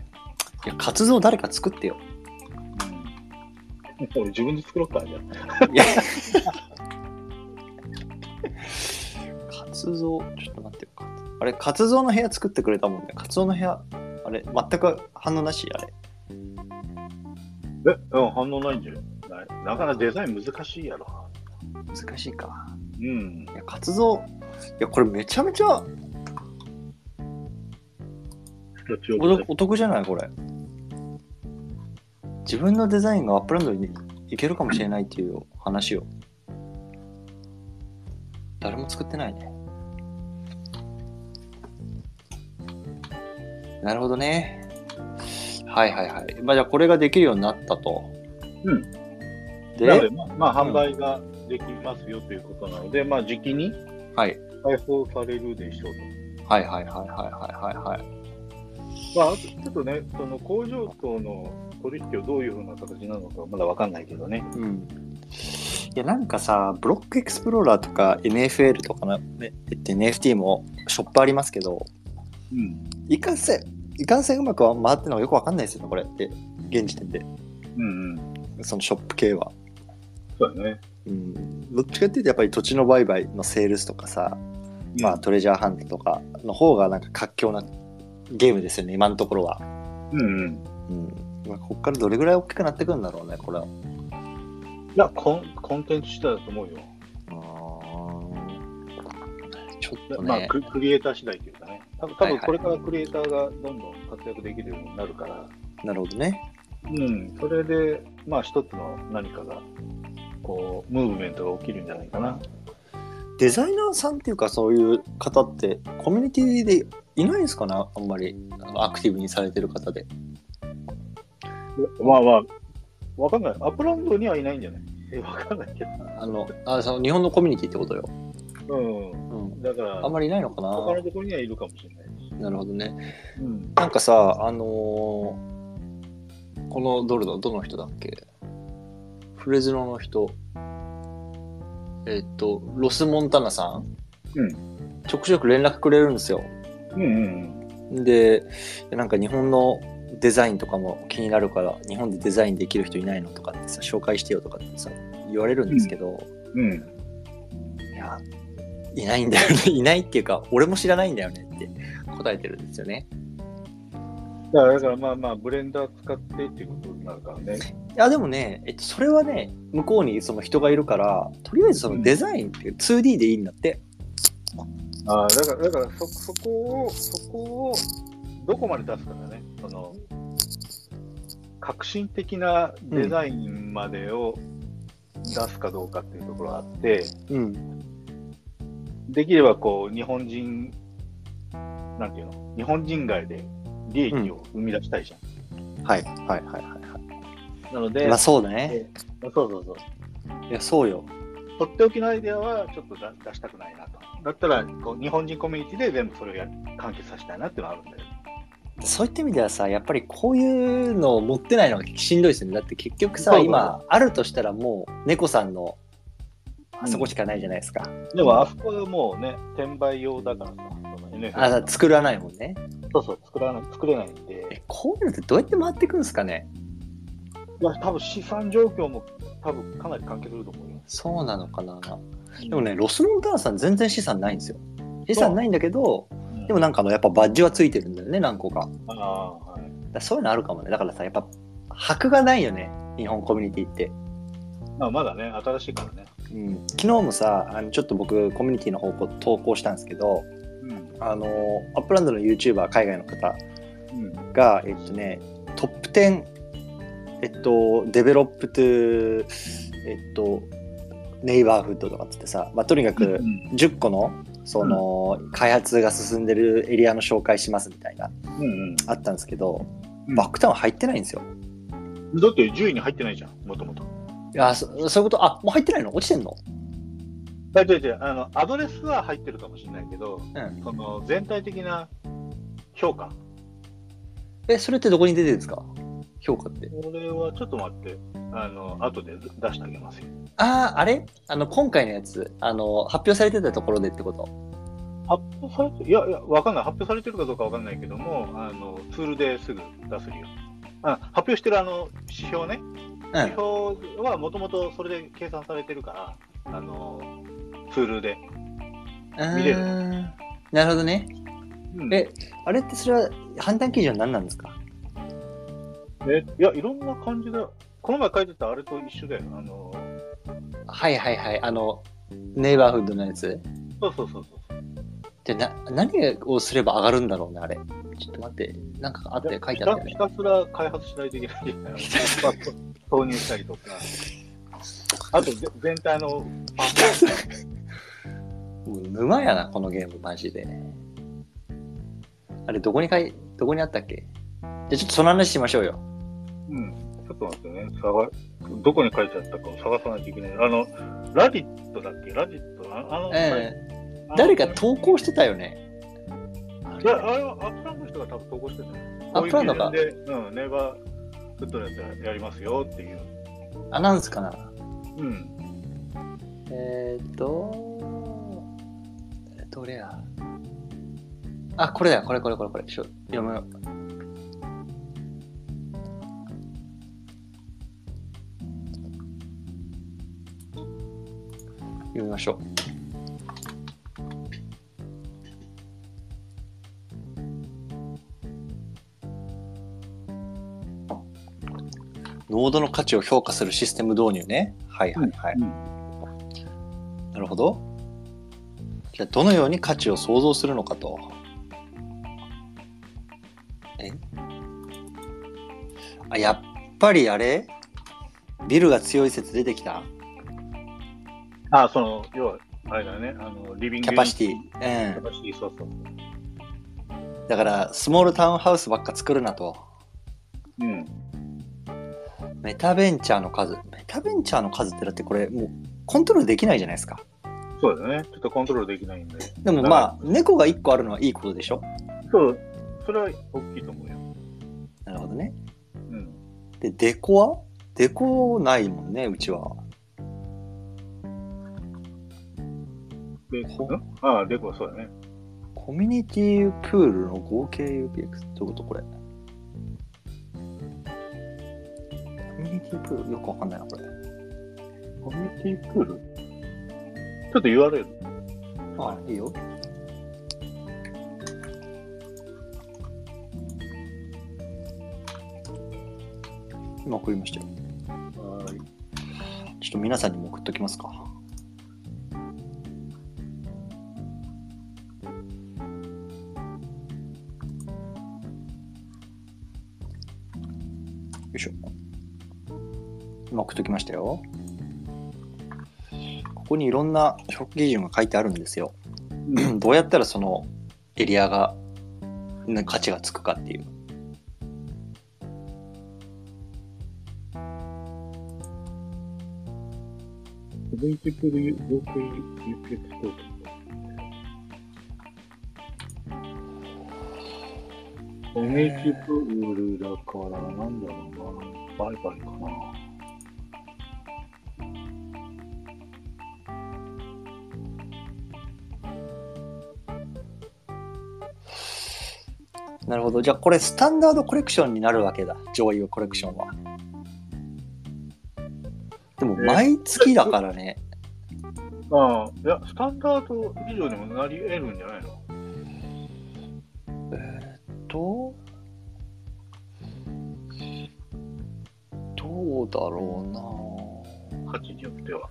[SPEAKER 1] いや、活像誰か作ってよ。
[SPEAKER 2] うん。 俺自分で作ろうか、じゃあ。
[SPEAKER 1] いや。活動、ちょっと待ってよ。あれ、活動の部屋作ってくれたもんね。活動の部屋、あれ、全く反応なし、あれ。
[SPEAKER 2] え、うん、反応ないんじゃないなかなかデザイン難しいやろ。
[SPEAKER 1] 難しいか。
[SPEAKER 2] うん。
[SPEAKER 1] いや、活動、いや、これめちゃめちゃ
[SPEAKER 2] 形を
[SPEAKER 1] お得お得じゃないこれ。自分のデザインがアップランドにいけるかもしれないっていう話を。誰も作ってないね。なるほどね。はいはいはい。まあじゃあこれができるようになったと。
[SPEAKER 2] うん。なの
[SPEAKER 1] で
[SPEAKER 2] で、、まあ、まあ、販売ができますよということなので、まあ、時期に
[SPEAKER 1] はい。
[SPEAKER 2] 開放されるでしょう
[SPEAKER 1] はいはいはいはいはいはいはい。
[SPEAKER 2] と。まあ、あとちょっとね、その工場との取引をどういうふうな形なのかはまだわかんないけどね。
[SPEAKER 1] うん。いやなんかさ、ブロックエクスプローラーとか NFL とかな、ね、って NFT もショップありますけど、
[SPEAKER 2] うん。
[SPEAKER 1] いかんせん、いかんせんうまくは回ってるのがよくわかんないですよね、これって、現時点で、
[SPEAKER 2] うんうん。
[SPEAKER 1] そのショップ系は。
[SPEAKER 2] そうだね。
[SPEAKER 1] うん、どっちかっていうと、やっぱり土地の売買のセールスとかさ、まあ、トレジャーハントとかの方が、なんか活況なゲームですよね、今のところは。
[SPEAKER 2] うんうん。
[SPEAKER 1] うんまあ、ここからどれぐらい大きくなってくるんだろうね、これは。
[SPEAKER 2] いや、コンコンテンツ次第だと思うよ。
[SPEAKER 1] ちょっと
[SPEAKER 2] まあ
[SPEAKER 1] ね、
[SPEAKER 2] ク、クリエイター次第というかね。多分多
[SPEAKER 1] はい
[SPEAKER 2] 分
[SPEAKER 1] はい
[SPEAKER 2] これからクリエイターがどんどん活躍できるようになるから。
[SPEAKER 1] なるほどね。
[SPEAKER 2] うん、それで、まあ、一つの何かが、こう、ムーブメントが起きるんじゃないかな。
[SPEAKER 1] デザイナーさんっていうか、そういう方って、コミュニティでいないんですかね、あんまり、あのアクティブにされてる方で。
[SPEAKER 2] まあまあ、わかんない。アップランドにはいないんじゃないえ、わかんないけ
[SPEAKER 1] あの、あその日本のコミュニティってことよ。
[SPEAKER 2] ど。うん。
[SPEAKER 1] うん。
[SPEAKER 2] だから、
[SPEAKER 1] あんまりいないのか
[SPEAKER 2] 他の
[SPEAKER 1] な。
[SPEAKER 2] ところにはいるかもしれないし。
[SPEAKER 1] なるほどね。
[SPEAKER 2] うん。
[SPEAKER 1] なんかさ、あのーこのどれだ、どの人だっけフレズノの人。えっと、ロス・モンタナさん。
[SPEAKER 2] うん
[SPEAKER 1] ちょくちょく連絡くれるんですよ。
[SPEAKER 2] うんうん
[SPEAKER 1] で、なんか日本のデザインとかも気になるから、日本でデザインできる人いないのとかってさ、紹介してよとかってさ、言われるんですけど、
[SPEAKER 2] うん。うん。
[SPEAKER 1] いや、いないんだよね。 いないっていうか、俺も知らないんだよねって答えてるんですよね。
[SPEAKER 2] だから、だからまあまあ、ブレンダー使ってっていうことになるからね。
[SPEAKER 1] いや、でもね、えっと、それはね、向こうにその人がいるから、とりあえずそのデザインっていう 2D でいいんだって。
[SPEAKER 2] ああ、だから、だからそ、そこを、そこを、どこまで出すかだね。その、革新的なデザインまでを出すかどうかっていうところがあって、
[SPEAKER 1] うん。
[SPEAKER 2] できればこう、日本人、なんていうの日本人外で利益を生み出したいじゃん。
[SPEAKER 1] はい、はい、はい、は
[SPEAKER 2] なの
[SPEAKER 1] い。
[SPEAKER 2] で、
[SPEAKER 1] まあ、そ
[SPEAKER 2] そ
[SPEAKER 1] うだね。
[SPEAKER 2] うそうそう。
[SPEAKER 1] いや、そうよ。
[SPEAKER 2] とっておきのアイデアはちょっとだ出したくないなと。だったら、こう、日本人コミュニティで全部それをやる完結させたいなっていうのはあるんだよ。
[SPEAKER 1] そういった意味ではさ、やっぱりこういうのを持ってないのがしんどいですよね。だって結局さ、
[SPEAKER 2] そうそう
[SPEAKER 1] 今、あるとしたらもう、猫さんの、あそこしかないじゃないですか。
[SPEAKER 2] でも、あそこはもうね、転売用だからさ、その NFT
[SPEAKER 1] あ、作らないもんね。
[SPEAKER 2] そうそう、作らない、作れないんで、
[SPEAKER 1] えこういうのってどうやって回ってくるんですかね
[SPEAKER 2] まあ、多分資産状況も多分かなり関係すると思うよ。
[SPEAKER 1] そうなのかなでもね、ロスモンターナさん全然資産ないんですよ。資産ないんだけど、
[SPEAKER 2] うん、
[SPEAKER 1] でもなんかあのやっぱバッジはついてるんだよね、何個か。だか
[SPEAKER 2] ああ、はい。
[SPEAKER 1] らそういうのあるかもね。だからさ、やっぱ、箔がないよね、日本コミュニティって。
[SPEAKER 2] まあ、まだね、新しいからね。
[SPEAKER 1] うん、昨日もさ、あのちょっと僕、コミュニティの方向投稿したんですけど、
[SPEAKER 2] うん。
[SPEAKER 1] あの、アップランドの YouTuber、海外の方
[SPEAKER 2] うん。
[SPEAKER 1] が、えっとね、トップ10、えっと、デベロップトゥ、えっと、ネイバーフッドとかっつってさ、まあ、とにかく、
[SPEAKER 2] うん。
[SPEAKER 1] 10個のその、開発が進んでるエリアの紹介しますみたいな
[SPEAKER 2] うん。
[SPEAKER 1] あったんですけど、
[SPEAKER 2] うん
[SPEAKER 1] バックタウン入ってないんですよ。
[SPEAKER 2] うん。だって10位に入ってないじゃん、もともと。
[SPEAKER 1] あそそういうことあもう入ってないの落ちてんの、
[SPEAKER 2] だってだってあの、アドレスは入ってるかもしれないけど、
[SPEAKER 1] うん、
[SPEAKER 2] その全体的な評価。
[SPEAKER 1] えそれってどこに出てるんですか評価って
[SPEAKER 2] これはちょっと待って、あの、後で出してあげますよ。
[SPEAKER 1] あああれあの今回のやつあの発表されてたところでってこと
[SPEAKER 2] 発表されていやいや、わかんない。発表されてるかどうかわかんないけども、あの、ツールですぐ出せるよ。あ発表してるあの、指標ね。
[SPEAKER 1] うん
[SPEAKER 2] 指標はもともとそれで計算されてるから、あの、ツールで。見れる
[SPEAKER 1] うーんなるほどね
[SPEAKER 2] うん
[SPEAKER 1] えあれってそれは判断基準は何なんですか
[SPEAKER 2] えいや、いろんな感じで、この前書いてたあれと一緒だよ。あの、
[SPEAKER 1] はいはいはいあのネイバーフッドのやつ
[SPEAKER 2] そうそうそうそう。
[SPEAKER 1] でな何をすれば上がるんだろうねあれちょっと待ってなんかあって書いてあったよね
[SPEAKER 2] ひたひたすら開発しないといけな いんだよまあ投入したりとか、あとぜ全体のパフォーマンス
[SPEAKER 1] もう沼やなこのゲームマジであれどこにかいどこにあったっけじゃあちょっとその話しましょうよ
[SPEAKER 2] うん、ちょっと待ってね、探どこに書いてあったかを探さないといけない。あの、ラディットだっけラディットああの、
[SPEAKER 1] ええ
[SPEAKER 2] あの
[SPEAKER 1] 誰か投稿してたよね
[SPEAKER 2] いや、あれはアップランドの人が多分投稿してたよ。
[SPEAKER 1] アップランドか
[SPEAKER 2] こういう基準で、うん、ネイバーフットのやつやりますよっていう。
[SPEAKER 1] アナウンスかな
[SPEAKER 2] うん。
[SPEAKER 1] えー、っとどれやあこれだこれこれこれこれちょ読む読みましょうノードの価値を評価するシステム導入ね。はいはいはい。
[SPEAKER 2] うん
[SPEAKER 1] なるほど。じゃあ、どのように価値を創造するのかと。えあ、やっぱりあれビルが強い説出てきた
[SPEAKER 2] あ、その、要は、あれだね、あの、リビング
[SPEAKER 1] キャパシテ
[SPEAKER 2] キ
[SPEAKER 1] ィ。う
[SPEAKER 2] ャパシティ、そうそう。
[SPEAKER 1] ん。だから、スモールタウンハウスばっか作るなと。
[SPEAKER 2] うん。
[SPEAKER 1] メタベンチャーの数。メタベンチャーの数ってだってこれ、もうコントロールできないじゃないですか。
[SPEAKER 2] そうだね。ちょっとコントロールできないんで。
[SPEAKER 1] でもまあ、猫が1個あるのはいいことでしょ
[SPEAKER 2] そう、それは大きいと思うよ。
[SPEAKER 1] なるほどね。
[SPEAKER 2] うん。
[SPEAKER 1] で、デコはデコないもんね、うちは。
[SPEAKER 2] で、
[SPEAKER 1] ほ
[SPEAKER 2] んああ、レコはそうだね。
[SPEAKER 1] コミュニティプールの合計 UPX ってことこれ。コミュニティプールよくわかんないな、これ。
[SPEAKER 2] コミュニティプールちょっと URL。
[SPEAKER 1] あ、いいよ。今送りましたよ。ちょっと皆さんにも送っときますか。よいしょ。今送っときましたよ。ここにいろんな評価基準が書いてあるんですよ。どうやったらそのエリアが、ね価値がつくかっていう。
[SPEAKER 2] コミュニティプール合計 UPX トークン。コミュニティプールだから、なんだろうな。バイバイかな。
[SPEAKER 1] なるほど。じゃあ、これ、スタンダードコレクションになるわけだ。上位コレクションは。でも、
[SPEAKER 2] ね
[SPEAKER 1] 毎月だからね。
[SPEAKER 2] ああ、いや、スタンダード以上にもなり得るんじゃないの
[SPEAKER 1] えーっと、どうだろうな。
[SPEAKER 2] 価値によっては。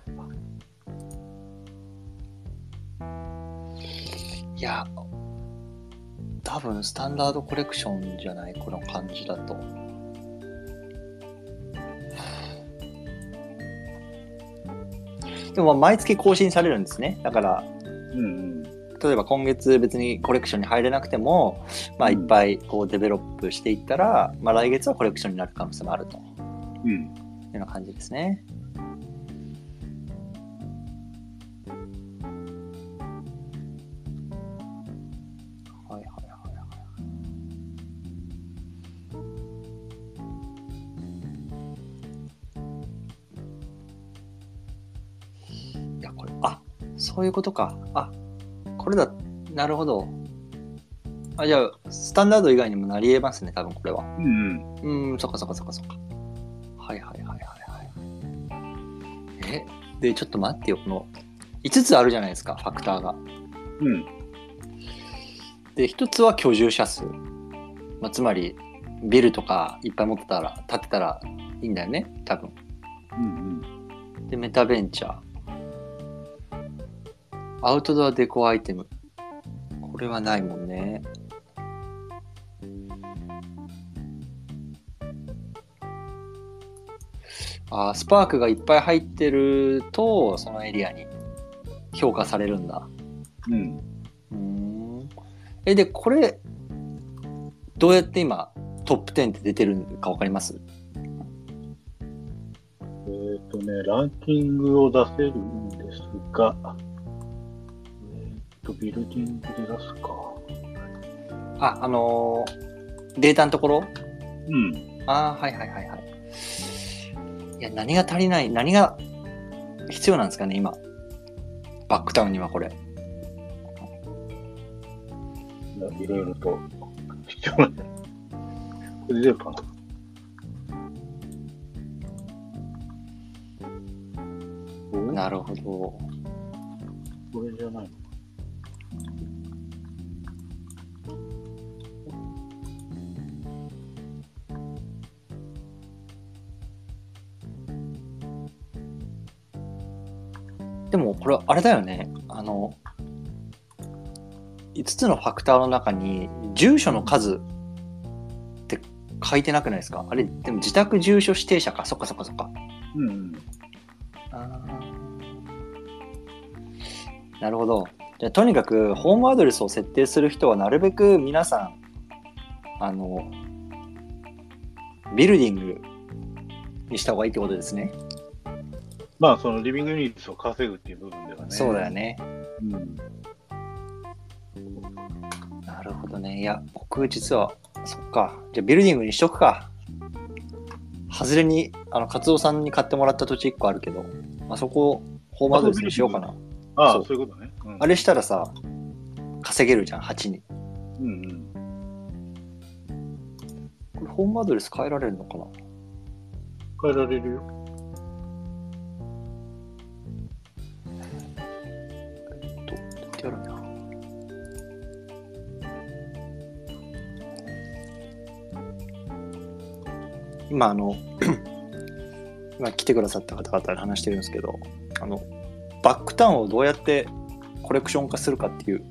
[SPEAKER 1] いや、多分、スタンダードコレクションじゃない、この感じだと。でも、まあ毎月更新されるんですね。だから、
[SPEAKER 2] うんうん。
[SPEAKER 1] 例えば今月別にコレクションに入れなくても、まあ、
[SPEAKER 2] う
[SPEAKER 1] い
[SPEAKER 2] ん
[SPEAKER 1] っぱいこうデベロップしていったら、まあ、来月はコレクションになる可能性もあるとい
[SPEAKER 2] う
[SPEAKER 1] う
[SPEAKER 2] ん。
[SPEAKER 1] ような感じですね。はいはいはいはい。いやこれあそういうことかあこれだなるほどあじゃあスタンダード以外にもなり得ますね多分これは
[SPEAKER 2] うんうん。
[SPEAKER 1] うーんそっかそっかそっかそっかはいはいはいはいはいえでちょっと待ってよこの5つあるじゃないですかファクターが
[SPEAKER 2] うん。
[SPEAKER 1] で1つは居住者数、まあ、つまりビルとかいっぱい持ってたら建てたらいいんだよね多分
[SPEAKER 2] うん
[SPEAKER 1] で、メタベンチャー。アウトドアデコアイテム。これはないもんね。あースパークがいっぱい入ってると、そのエリアに評価されるんだ。
[SPEAKER 2] うん。
[SPEAKER 1] う
[SPEAKER 2] うん。
[SPEAKER 1] ーん。え、で、これ、どうやって今、トップ10って出てるのかわかります
[SPEAKER 2] えっ、とね、ランキングを出せるんですが、えっ、と、ビルディングで出すか。
[SPEAKER 1] あ、あのーデータのところ
[SPEAKER 2] うん。
[SPEAKER 1] ああ、はいはいはいはい。いや、何が足りない、何が必要なんですかね、今。バックタウンにはこれ。
[SPEAKER 2] いろいろと必要なんだ。これ出るかな。お
[SPEAKER 1] なるほど。
[SPEAKER 2] これじゃない
[SPEAKER 1] でも、これ、あれだよね。あの、5つのファクターの中に、住所の数って書いてなくないですかあれ、でも自宅住所指定者か。そっかそっかそっか。
[SPEAKER 2] のうん。
[SPEAKER 1] なるほど。じゃあとにかくホームアドレスを設定する人はなるべく皆さんあのビルディングにした方がいいってことですね。
[SPEAKER 2] まあ、そのリビングニーズを稼ぐっていう部分ではね。
[SPEAKER 1] そうだよね。
[SPEAKER 2] うん。
[SPEAKER 1] なるほどね。いや僕実はそっかじゃあビルディングにしとくか。外れにあのカツオさんに買ってもらった土地1個あるけど、まあ、そこをホームアドレスにしようかな。
[SPEAKER 2] ああ、
[SPEAKER 1] そ
[SPEAKER 2] そうういうことね。うん、
[SPEAKER 1] あれしたらさ稼げるじゃん8に。
[SPEAKER 2] うんうん。
[SPEAKER 1] これホームアドレス変えられるのかな
[SPEAKER 2] 変えられるよ。
[SPEAKER 1] とってあるな。今あの 今来てくださった方々に話してるんですけどあのバックタウンをどうやってコレクション化するかっていう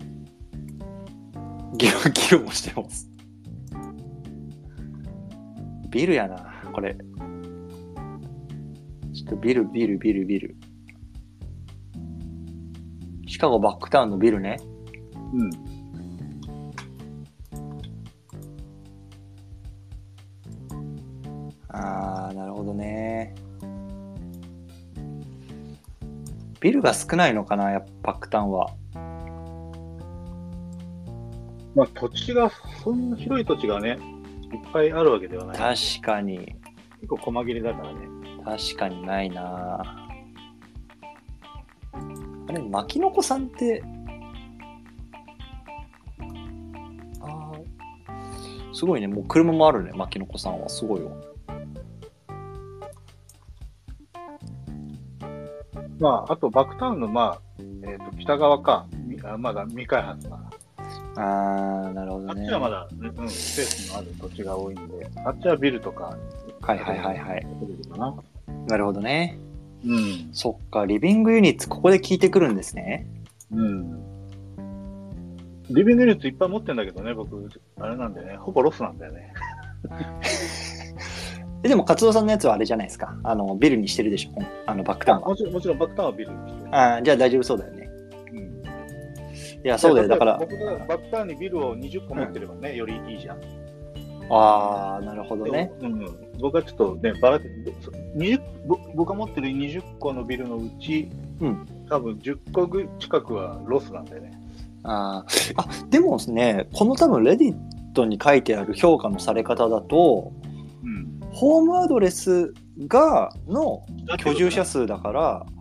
[SPEAKER 1] 議論議論をしてますビルやなこれちょっとビルビルビルビルシカゴバックタウンのビルね
[SPEAKER 2] うん。
[SPEAKER 1] ああ、なるほどね。ビルが少ないのかな、やっぱパックタウンは。
[SPEAKER 2] まあ、土地が、そんな広い土地がね、いっぱいあるわけではない。
[SPEAKER 1] 確かに、
[SPEAKER 2] 結構細切れだからね。
[SPEAKER 1] 確かにないな。あれ、牧野子さんって、あーすごいね、もう車もあるね、牧野子さんは。すごいよ。
[SPEAKER 2] まあ、あと、バックタウンの、まあ、えっ、と、北側か、みあまだ未開発かな。
[SPEAKER 1] あー、なるほど
[SPEAKER 2] あっ
[SPEAKER 1] ね。
[SPEAKER 2] ちはまだ、うん、スペースのある土地が多いんで、あっちはビルとか、
[SPEAKER 1] はいはいはいはい。
[SPEAKER 2] 建てるかな。
[SPEAKER 1] なるほどね。
[SPEAKER 2] うん。
[SPEAKER 1] そっか、リビングユニッツ、ここで聞いてくるんですね。
[SPEAKER 2] うん。リビングユニットいっぱい持ってんだけどね、僕、あれなんだよね、ほぼロスなんだよね。
[SPEAKER 1] えでも、勝夫さんのやつはあれじゃないですか。あの、ビルにしてるでしょ、あの、バックタウンは。
[SPEAKER 2] もちろん、もちろんバックタウンはビルにしてる。
[SPEAKER 1] あーじゃあ大丈夫そうだよね。
[SPEAKER 2] うん
[SPEAKER 1] いや、そうだよ。だから、
[SPEAKER 2] 僕がバッターにビルを20個持ってればね、よりいいじゃん。
[SPEAKER 1] あー、なるほどね。
[SPEAKER 2] でもうん、僕はちょっとね、ばらけそ20ぼ僕が持ってる20個のビルのうち、
[SPEAKER 1] うん
[SPEAKER 2] 多分10個ぐ近くはロスなんだよね。
[SPEAKER 1] あーあ、でもですね、この多分、レディットに書いてある評価のされ方だと、
[SPEAKER 2] うん、
[SPEAKER 1] ホームアドレスが、の居住者
[SPEAKER 2] 数、
[SPEAKER 1] 数だから、
[SPEAKER 2] うん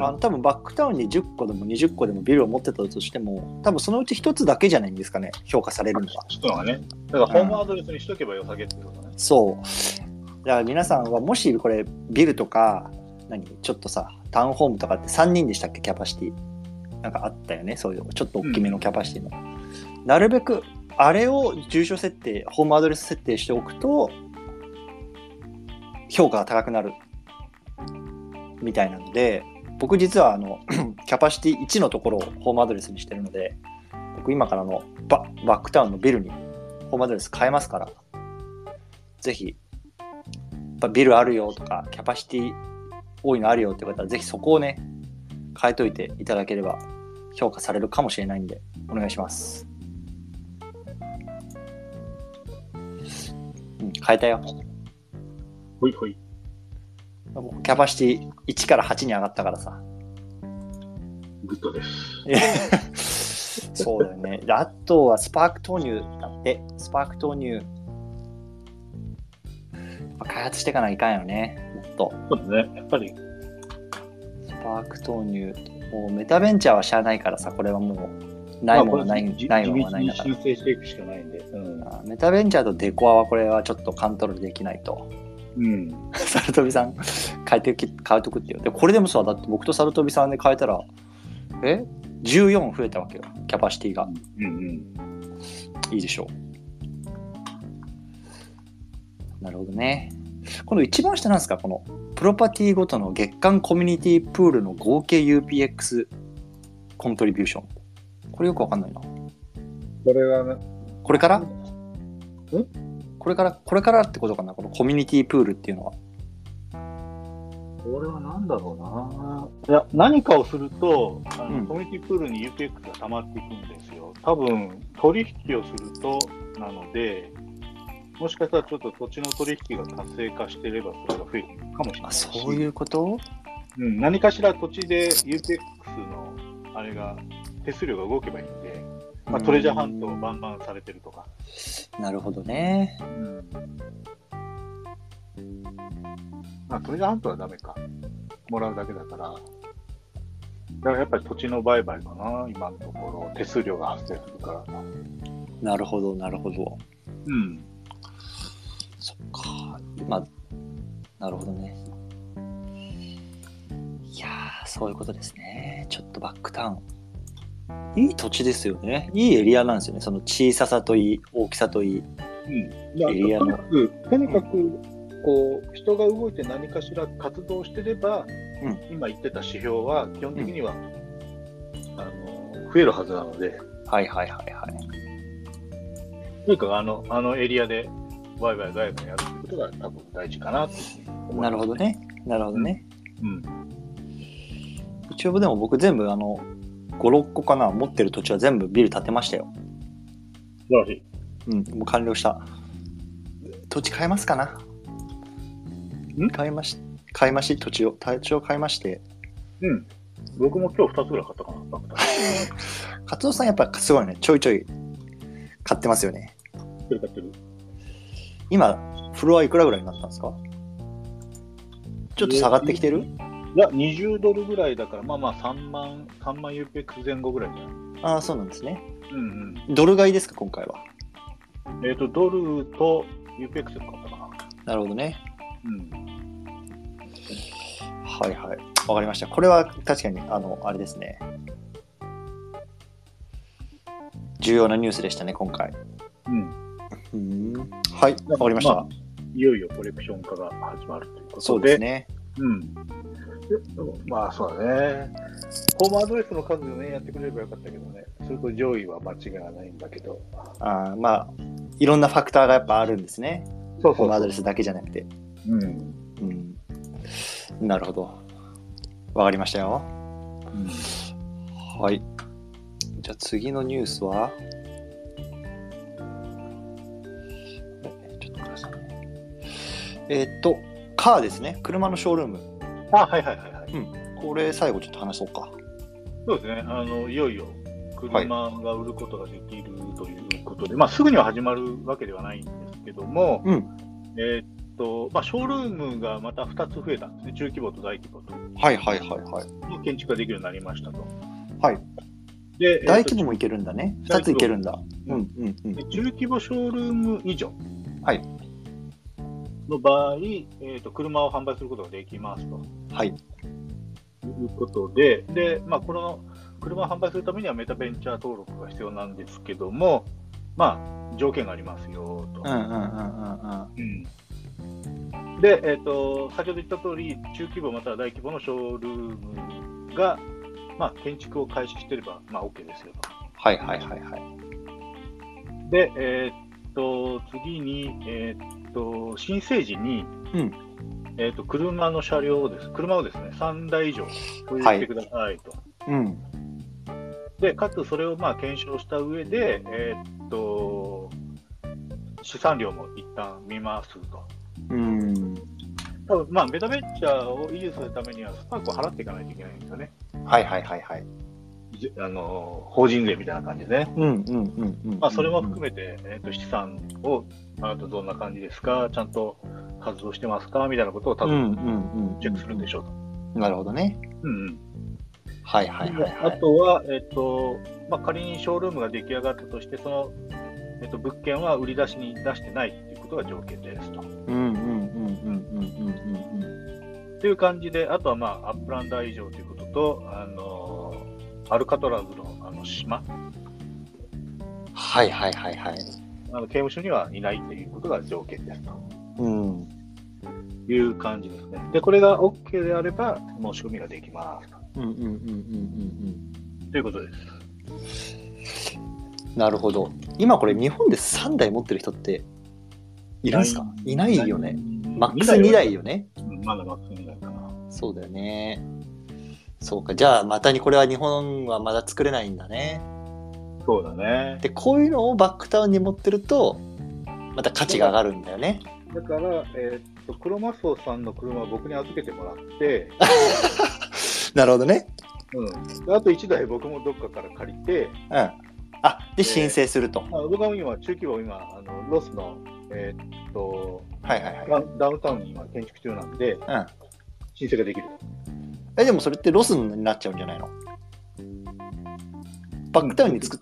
[SPEAKER 1] あの多分バックタウンに10個でも20個でもビルを持ってたとしても多分そのうち1つだけじゃないんですかね評価されるのは
[SPEAKER 2] 聞くのがね。だからホームアドレスにしとけばよさげってことね。
[SPEAKER 1] そうだから皆さんはもしこれビルとか何ちょっとさタウンホームとかって3人でしたっけキャパシティなんかあったよねそういうちょっと大きめのキャパシティの、なるべくあれを住所設定ホームアドレス設定しておくと評価が高くなるみたいなので僕実はあの キャパシティ1のところをホームアドレスにしてるので僕今からあのババックタウンのビルにホームアドレス変えますからぜひやっぱビルあるよとかキャパシティ多いのあるよって方はぜひそこをね変えといていただければ評価されるかもしれないんでお願いします、うん、変えたよ
[SPEAKER 2] ほいほい。
[SPEAKER 1] 僕キャパシティ1から8に上がったからさ
[SPEAKER 2] グッドです。
[SPEAKER 1] いやそうだよね。であとはスパーク投入だって、スパーク投入。やっぱ開発していかないかんよね、もっと。
[SPEAKER 2] そうだね。やっぱり、
[SPEAKER 1] スパーク投入。もうメタベンチャーはしゃあないからさ、これはもう、ないものはない、
[SPEAKER 2] まあこれ
[SPEAKER 1] ないものはないんだ
[SPEAKER 2] 地
[SPEAKER 1] か
[SPEAKER 2] 道に申請していくしかないんで。うん。
[SPEAKER 1] ら。メタベンチャーとデコアはこれはちょっとカントロールできないと。
[SPEAKER 2] うん、
[SPEAKER 1] サルトビさん、変えてき、変えとくってよ。で、これでもさ、だって僕とサルトビさんで変えたら、え ?14 増えたわけよ、キャパシティが。
[SPEAKER 2] うんうん
[SPEAKER 1] いいでしょう。なるほどね。この一番下なんですかこのプロパティごとの月間コミュニティプールの合計 UPX コントリビューション。これよくわかんないな。
[SPEAKER 2] これはね、
[SPEAKER 1] これから
[SPEAKER 2] え
[SPEAKER 1] これから、これからってことかなこのコミュニティプールっていうのは。
[SPEAKER 2] これは何だろうな。いや、何かをすると、あの
[SPEAKER 1] うん
[SPEAKER 2] コミュニティプールに UPX が溜まっていくんですよ。多分、取引をするとなので、もしかしたらちょっと土地の取引が活性化してれば、それが増えていくかもしれな
[SPEAKER 1] あ、
[SPEAKER 2] いし。
[SPEAKER 1] そういうこと
[SPEAKER 2] うん、何かしら土地で UPX のあれが、手数料が動けばいいんで、まあ、トレジャーハントをバンバンされてるとか。
[SPEAKER 1] なるほどね。
[SPEAKER 2] あ、トレジャーハントはダメか。もらうだけだから。だからやっぱり土地の売買かな、今のところ。手数料が発生するから。
[SPEAKER 1] なるほど、なるほど。
[SPEAKER 2] うん。
[SPEAKER 1] そっか。まあ、なるほどね。いやー、そういうことですね。ちょっとバックタウン。いい土地ですよね。いいエリアなんですよね。その小ささといい、大きさといい。
[SPEAKER 2] うん。だ
[SPEAKER 1] エリア
[SPEAKER 2] と
[SPEAKER 1] の
[SPEAKER 2] にかく、とにかく、こう、人が動いて何かしら活動してれば、
[SPEAKER 1] うん
[SPEAKER 2] 今言ってた指標は、基本的には、あの、増えるはずなので、
[SPEAKER 1] はいはいはいはい。
[SPEAKER 2] とにかくあの、あのエリアで、売買外部やるってことが多分大事かなって思います
[SPEAKER 1] なるほど。ね。なるほどね。
[SPEAKER 2] うん。
[SPEAKER 1] 一応でも僕全部あの、5、6個かな。持ってる土地は全部ビル建てましたよ。
[SPEAKER 2] 素晴らしい。
[SPEAKER 1] うん、もう完了した。土地買えますかなん買いまし、買いまし、土地を、土地を買いまして。
[SPEAKER 2] うん。僕も今日2つぐらい買ったかな、バックタ
[SPEAKER 1] カツオさんやっぱすごいね、ちょいちょい買ってますよね。
[SPEAKER 2] ーン。買ってる。
[SPEAKER 1] 今、フロアいくらぐらいになったんですかちょっと下がってきてる
[SPEAKER 2] いや、20ドルぐらいだから、まあまあ3万、3万 UPX 前後ぐらいじゃない
[SPEAKER 1] ああ、そうなんですね。
[SPEAKER 2] うんうん。
[SPEAKER 1] ドル買いですか、今回は。
[SPEAKER 2] えっ、と、ドルと UPX で買ったかな。
[SPEAKER 1] なるほどね。
[SPEAKER 2] うん。
[SPEAKER 1] はいはい。わかりました。これは確かに、あの、あれですね。重要なニュースでしたね、今回。
[SPEAKER 2] うん。
[SPEAKER 1] うん。はい、わかりました。
[SPEAKER 2] あいよいよコレクション化が始まるということで。
[SPEAKER 1] そうですね。
[SPEAKER 2] うん。でまあ、そうだね。ホームアドレスの数をね、やってくれればよかったけどね。それと上位は間違いないんだけど。
[SPEAKER 1] あーまあ、いろんなファクターがやっぱあるんですね。
[SPEAKER 2] そう
[SPEAKER 1] ホ
[SPEAKER 2] そ
[SPEAKER 1] ームア
[SPEAKER 2] うそ
[SPEAKER 1] ド
[SPEAKER 2] う
[SPEAKER 1] レ。スだけじゃなくて。
[SPEAKER 2] うん。
[SPEAKER 1] うん。なるほど。わかりましたよ。
[SPEAKER 2] うん
[SPEAKER 1] はい。じゃあ次のニュースはえちょっと待ってくださいね。えーっと、カーですね。車のショールーム。
[SPEAKER 2] あ、はいはいはいはい。
[SPEAKER 1] これ最後ちょっと話そうか。
[SPEAKER 2] そうですね。あの、いよいよ車が売ることができるということで、まあ、すぐには始まるわけではないんですけども、
[SPEAKER 1] うん
[SPEAKER 2] えーっと、まあ、ショールームがまた2つ増えたんですね。中規模と大規模と。
[SPEAKER 1] はいはいはいはい。
[SPEAKER 2] 建築ができるようになりましたと。
[SPEAKER 1] はい、
[SPEAKER 2] で、
[SPEAKER 1] 大
[SPEAKER 2] えーっと
[SPEAKER 1] 規模もいけるんだね。
[SPEAKER 2] 大
[SPEAKER 1] 2つ
[SPEAKER 2] 規模
[SPEAKER 1] いけるんだ。う
[SPEAKER 2] うんん
[SPEAKER 1] うんうん
[SPEAKER 2] で。中規模ショールーム以上
[SPEAKER 1] はい
[SPEAKER 2] の場合、えーと、車を販売することができますと
[SPEAKER 1] はい。
[SPEAKER 2] いうことで、でまあ、この車を販売するためにはメタベンチャー登録が必要なんですけども、まあ、条件がありますよと。
[SPEAKER 1] うんうんうんうんうん。
[SPEAKER 2] うんで、えーと、先ほど言った通り、中規模または大規模のショールームが、まあ、建築を開始してれば、まあ、OK ですよと。
[SPEAKER 1] はいはいはいはい。
[SPEAKER 2] で、えーっと、次に、えーっと、新生児に、
[SPEAKER 1] うん
[SPEAKER 2] えーっと、車の車両をです、車をですね、3台以上保有
[SPEAKER 1] はい
[SPEAKER 2] してくださいと。
[SPEAKER 1] うん。
[SPEAKER 2] で、かつそれをまあ検証した上で、えーっと、資産量も一旦見ますと。
[SPEAKER 1] うん。
[SPEAKER 2] 多分まあ、メタベンチャーを維持するためには、スパークを払っていかないといけないんですよね。
[SPEAKER 1] はいはいはいはい。
[SPEAKER 2] じあの法人税みたいな感じでね。
[SPEAKER 1] うんうんうんうん。
[SPEAKER 2] まあ、それも含めて、えーっと資産を、あなたどんな感じですか、ちゃんと活動してますかみたいなことを多
[SPEAKER 1] うん
[SPEAKER 2] 分
[SPEAKER 1] うんうん。
[SPEAKER 2] チェックするんでしょうと。
[SPEAKER 1] ょ。なるほどね。
[SPEAKER 2] うんうん
[SPEAKER 1] はいはいはいは
[SPEAKER 2] あ
[SPEAKER 1] い。
[SPEAKER 2] とは、えっとまあ、仮にショールームが出来上がったとして、その、えっと、物件は売り出しに出してないっていうことが条件ですと。
[SPEAKER 1] うんうんうんうんうんうんうん。
[SPEAKER 2] という感じで、あとは、まあ、アップランダー以上ということと、あのアルカトラズのあの島、
[SPEAKER 1] はいはいはいはい。
[SPEAKER 2] あの刑務所にはいないっていうことが条件ですと
[SPEAKER 1] うん。
[SPEAKER 2] いう感じですね。で、これが OK であれば、申し込みができますと
[SPEAKER 1] うんうんうんうんうん
[SPEAKER 2] ということです。
[SPEAKER 1] うん。なるほど。今これ日本で3台持ってる人っているんですかいないよね。。マックス2台よね。
[SPEAKER 2] うんまだマックス2台かな。
[SPEAKER 1] そうだよね。そうか。じゃあまたにこれは日本はまだ作れないんだね。
[SPEAKER 2] そうだね。
[SPEAKER 1] で、こういうのをバックタウンに持ってると、また価値が上がるんだよね。
[SPEAKER 2] だから、えーっと、クロマスオさんの車を僕に預けてもらって、
[SPEAKER 1] なるほどね。
[SPEAKER 2] うん、であと1台僕もどっかから借りて、
[SPEAKER 1] うん。あ、で、申請すると。
[SPEAKER 2] まあ、僕は今、中規模、今、あのロスの、えーっと、
[SPEAKER 1] はいはいはい。
[SPEAKER 2] ダウンダウンタウンに今建築中なんで、
[SPEAKER 1] うん。
[SPEAKER 2] 申請ができる。
[SPEAKER 1] えでもそれってロスになっちゃうんじゃないのバックタウンに作っ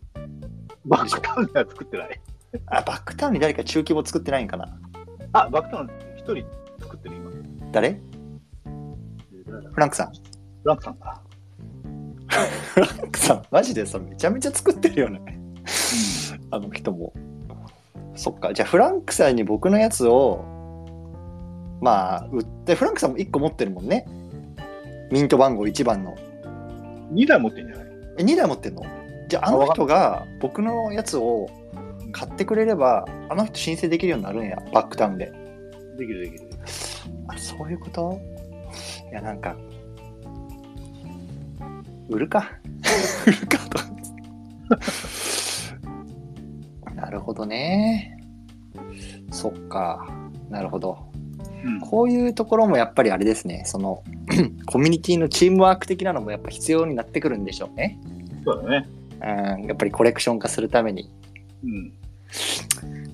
[SPEAKER 2] バックタウンでは作ってない。
[SPEAKER 1] あバックタウンに誰か中規模作ってないんかな
[SPEAKER 2] あ、バックタウン1人作ってる今。
[SPEAKER 1] 誰フランクさん
[SPEAKER 2] ランクさんか。
[SPEAKER 1] フランクさんマジでさめちゃめちゃ作ってるよね あの人もそっかじゃあフランクさんに僕のやつをまあ売ってフランクさんも1個持ってるもんねミント番号1番の
[SPEAKER 2] 2台持ってんじゃない
[SPEAKER 1] え2台持ってんのじゃああの人が僕のやつを買ってくれればあの人申請できるようになるんやバックタウンで
[SPEAKER 2] できるできる。
[SPEAKER 1] あそういうこといやなんか売るか売るかと なるほどねそっかなるほど
[SPEAKER 2] うん
[SPEAKER 1] こういうところもやっぱりあれですねその コミュニティのチームワーク的なのもやっぱ必要になってくるんでしょうね
[SPEAKER 2] そうだね。
[SPEAKER 1] うんやっぱりコレクション化するために
[SPEAKER 2] うん。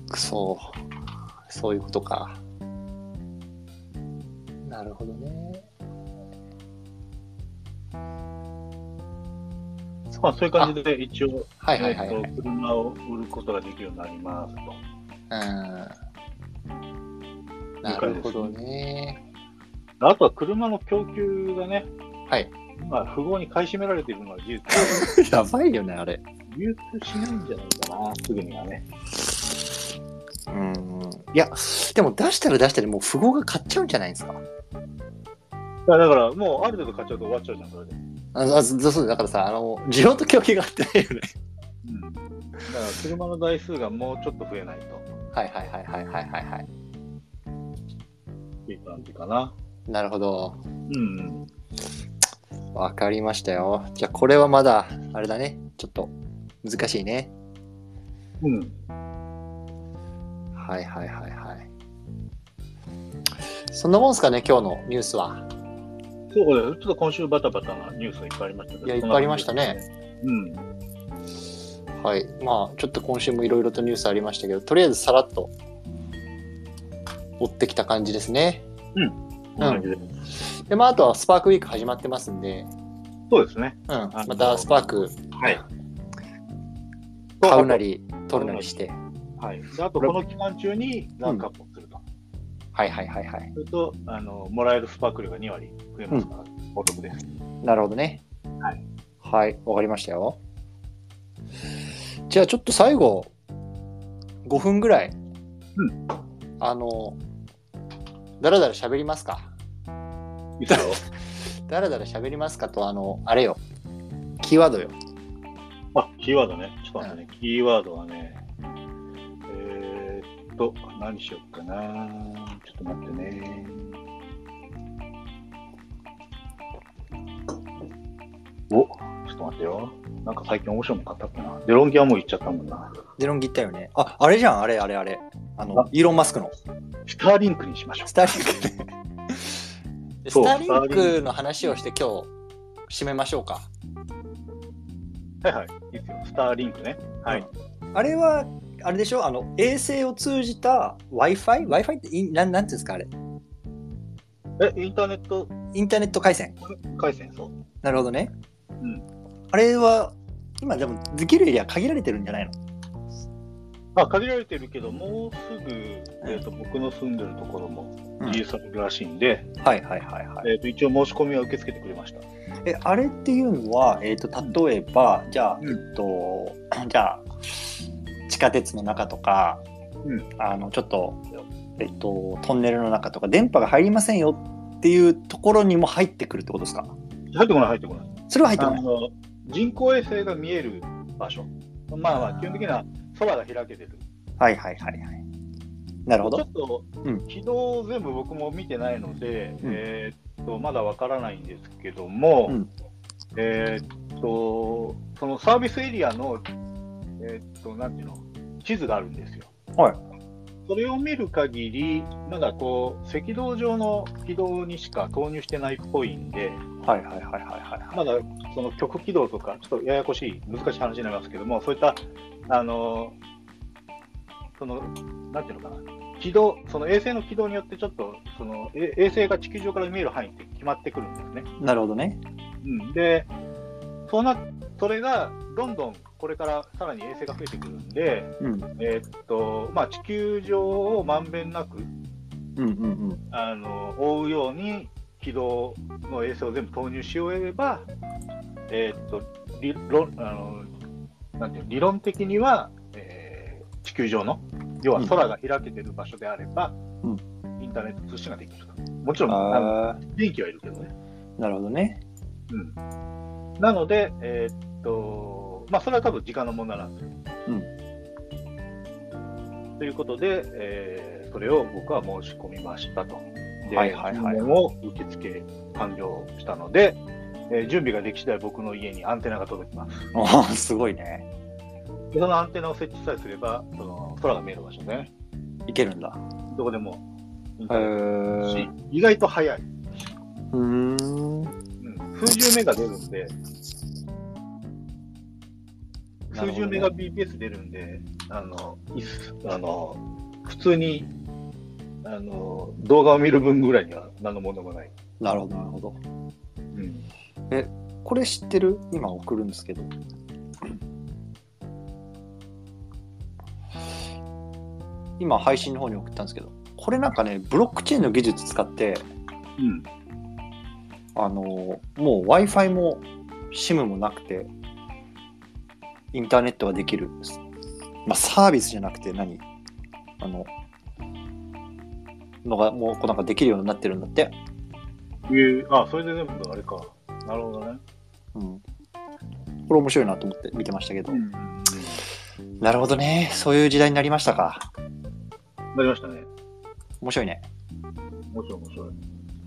[SPEAKER 1] くそそういうことかなるほどね
[SPEAKER 2] まあ、そういう感じで一応、
[SPEAKER 1] はいはいはい、
[SPEAKER 2] えーと車を売ることができるようになりますと。
[SPEAKER 1] うんなるほどね。
[SPEAKER 2] あとは車の供給がね、
[SPEAKER 1] はい。
[SPEAKER 2] 今、富豪に買い占められているのは事実。
[SPEAKER 1] やばいよね、あれ。
[SPEAKER 2] 流通しないんじゃないかな、すぐにはね。
[SPEAKER 1] うん。いや、でも出したら出したでもう富豪が買っちゃうんじゃないですか。
[SPEAKER 2] だから、だからもうある程度買っちゃうと終わっちゃうじゃん、それで。
[SPEAKER 1] ああそうそうだからさ、あの、需要と供給が合ってないよね。
[SPEAKER 2] うん。だから、車の台数がもうちょっと増えないと、
[SPEAKER 1] はいはいはいはいはいはいはい。
[SPEAKER 2] っていう感じかな。
[SPEAKER 1] なるほど。
[SPEAKER 2] うん。
[SPEAKER 1] わかりましたよ。じゃあこれはまだ、あれだね。ちょっと難しいね。
[SPEAKER 2] うん。
[SPEAKER 1] はいはいはいはい。そんなもんですかね、今日のニュースは。
[SPEAKER 2] そうだよ。ちょっと今週バタバタなニュースがいっぱいありましたけど。
[SPEAKER 1] いやいっぱいありましたね。
[SPEAKER 2] うん。
[SPEAKER 1] はい。まあ、ちょっと今週もいろいろとニュースありましたけど、とりあえずさらっと追ってきた感じですね。
[SPEAKER 2] こんな感じで
[SPEAKER 1] で、まあ、あとはスパークウィーク始まってますんで、
[SPEAKER 2] そうですね
[SPEAKER 1] う。ん。またスパーク
[SPEAKER 2] はい。
[SPEAKER 1] 買うなり取るなりして。
[SPEAKER 2] はい。であと、この期間中にランクアップをすると。
[SPEAKER 1] はいはいはいはい。
[SPEAKER 2] それと、あの、もらえるスパークルが2割増えますから、お得です。
[SPEAKER 1] なるほどね。
[SPEAKER 2] はい。
[SPEAKER 1] はい、わかりましたよ。じゃあちょっと最後、5分ぐらい、
[SPEAKER 2] う
[SPEAKER 1] あの、だらだら喋りますか。
[SPEAKER 2] いいですよ。
[SPEAKER 1] だらだら喋りますかと、あの、あれよ、キーワードよ。
[SPEAKER 2] あ、キーワードね。ちょっと待ってね。キーワードはね、えー、っと、何しよっかな。ちょっと待ってね。お、ちょっと待ってよ。なんか最近面白いもん買ったっけな。デロンギはもう行っちゃったもんな。
[SPEAKER 1] デロンギったよね。あ、あれじゃん、あれあれあれ。あの
[SPEAKER 2] あ、
[SPEAKER 1] イーロン・マスクの。
[SPEAKER 2] スターリンクにしましょう
[SPEAKER 1] ス。ターリンクね。で
[SPEAKER 2] そ
[SPEAKER 1] ス
[SPEAKER 2] う
[SPEAKER 1] ターリンクの話をして今日、締めましょうか。
[SPEAKER 2] はいはい。いいですよ。スターリンクね。はい。
[SPEAKER 1] あれは、あれでしょあの、衛星を通じた Wi-Fi?Wi-Fi っていなん、なんていうんですかあれ。
[SPEAKER 2] え、インターネット
[SPEAKER 1] インターネット回線。
[SPEAKER 2] 回線、そう。
[SPEAKER 1] なるほどね。
[SPEAKER 2] うん
[SPEAKER 1] あれは、今でもできるエリア限られてるんじゃないの
[SPEAKER 2] まあ、限られてるけど、もうすぐ、えー、と僕の住んでるところも
[SPEAKER 1] うん
[SPEAKER 2] リリースされるらしいんで、
[SPEAKER 1] はいはいはいは
[SPEAKER 2] えー、と一応申し込みは受け付けてくれました。
[SPEAKER 1] い。え、あれっていうのは、えっ、と、例えば、じゃあ、
[SPEAKER 2] うん
[SPEAKER 1] えっと、 じゃあ、地下鉄の中とか、
[SPEAKER 2] うん
[SPEAKER 1] あの、ちょっと、えっと、トンネルの中とか、電波が入りませんよっていうところにも入ってくるってことですか
[SPEAKER 2] 入ってこない、入ってこない。
[SPEAKER 1] それは入って
[SPEAKER 2] あ
[SPEAKER 1] こない。
[SPEAKER 2] の人工衛星が見える場所、まあま
[SPEAKER 1] あー
[SPEAKER 2] あ、基本的には空が開けてる。
[SPEAKER 1] はいはいはいはい。なるほ
[SPEAKER 2] ちょ
[SPEAKER 1] ど。
[SPEAKER 2] っと、
[SPEAKER 1] うん
[SPEAKER 2] 軌道を全部僕も見てないので、
[SPEAKER 1] うん
[SPEAKER 2] えーっとまだわからないんですけども、
[SPEAKER 1] うん
[SPEAKER 2] えーっとそのサービスエリアの、えーっとなんていうの地図があるんですよ。
[SPEAKER 1] はい
[SPEAKER 2] それを見る限り、まだこう赤道上の軌道にしか投入してないっぽいんで、
[SPEAKER 1] はいはいはいはいはい。
[SPEAKER 2] まだその極軌道とか、ちょっとややこしい、難しい話になりますけども、そういった、あのその、なんていうのかな、軌道、その衛星の軌道によって、ちょっと、その、え衛星が地球上から見える範囲って決まってくるんですね。
[SPEAKER 1] なるほどね。
[SPEAKER 2] うん、で、そうな、それが、どんどん、これからさらに衛星が増えてくるんで、
[SPEAKER 1] うん。
[SPEAKER 2] えーっと、まあ、地球上をまんべんなく、
[SPEAKER 1] うんうん
[SPEAKER 2] あの覆うように軌道の衛星を全部投入し終えれば、えーっと理論あのなんていうの理論的には、えー地球上の要は空が開けてる場所であれば、
[SPEAKER 1] うん
[SPEAKER 2] インターネット通信ができるともち
[SPEAKER 1] う
[SPEAKER 2] ろ
[SPEAKER 1] ん。
[SPEAKER 2] んあの
[SPEAKER 1] あ
[SPEAKER 2] 電気はいるけどね。
[SPEAKER 1] ーなるほどね。
[SPEAKER 2] うん、なので、えーっとまあ、それは多分時間の問題なんですよ。ということで、えーそれを僕は申し込みましたと。で、
[SPEAKER 1] はいはいはい
[SPEAKER 2] 注文を受付完了したので、えー準備ができ次第僕の家にアンテナが届きます。
[SPEAKER 1] ああ、すごいね。
[SPEAKER 2] でそのアンテナを設置さえすれば、その空が見える場所ね、
[SPEAKER 1] いけるんだ。
[SPEAKER 2] どこでもインタ
[SPEAKER 1] へ
[SPEAKER 2] ーネットだし
[SPEAKER 1] ー
[SPEAKER 2] 意外と早い、
[SPEAKER 1] うーん。
[SPEAKER 2] うん数十メガ出るんで、
[SPEAKER 1] なるほどね
[SPEAKER 2] 数十メガ BPS 出るんで、あの、いっあの、普通に、あの、動画を見る分ぐらいには何の問題もない。
[SPEAKER 1] なるほど、なるほど。
[SPEAKER 2] うん。
[SPEAKER 1] これ知ってる今送るんですけど。今配信の方に送ったんですけどこれなんかねブロックチェーンの技術使って
[SPEAKER 2] うん。
[SPEAKER 1] あのもう w i f i も SIM もなくてインターネットができる、まあ、サービスじゃなくて何あののがもうこうなんかできるようになってるんだって、
[SPEAKER 2] えー、あ、それで全部あれか。なるほどね。
[SPEAKER 1] うん、これ面白いなと思って見てましたけど、
[SPEAKER 2] ん。
[SPEAKER 1] なるほどねそういう時代になりましたか
[SPEAKER 2] なりましたね。
[SPEAKER 1] 面白いね
[SPEAKER 2] もちろん面白い。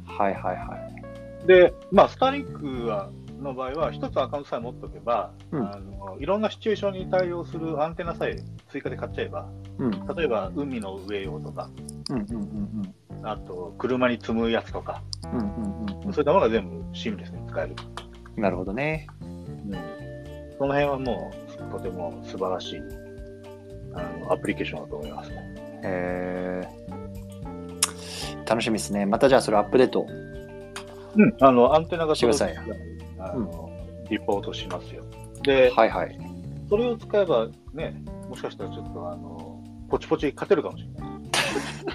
[SPEAKER 1] はいはいはい
[SPEAKER 2] で、まあ、スターリンクはの場合は、一つアカウントさえ持っておけば、
[SPEAKER 1] うん
[SPEAKER 2] あの、いろんなシチュエーションに対応するアンテナさえ追加で買っちゃえば、
[SPEAKER 1] うんうん
[SPEAKER 2] 例えば海の上用とか、
[SPEAKER 1] うんうん
[SPEAKER 2] あと車に積むやつとか、
[SPEAKER 1] うんうんうんうん
[SPEAKER 2] そういったものが全部シームレスに使える。
[SPEAKER 1] なるほどね
[SPEAKER 2] その辺はもう、とても素晴らしいあのアプリケーションだと思いますね。
[SPEAKER 1] えー、楽しみですねまたじゃあそれアップデート
[SPEAKER 2] うん、あのアンテナが
[SPEAKER 1] してください
[SPEAKER 2] 届く時あの、リポートしますよ。で、
[SPEAKER 1] はいはい
[SPEAKER 2] それを使えばね、もしかしたらちょっとあのポチポチ勝てるかもしれない。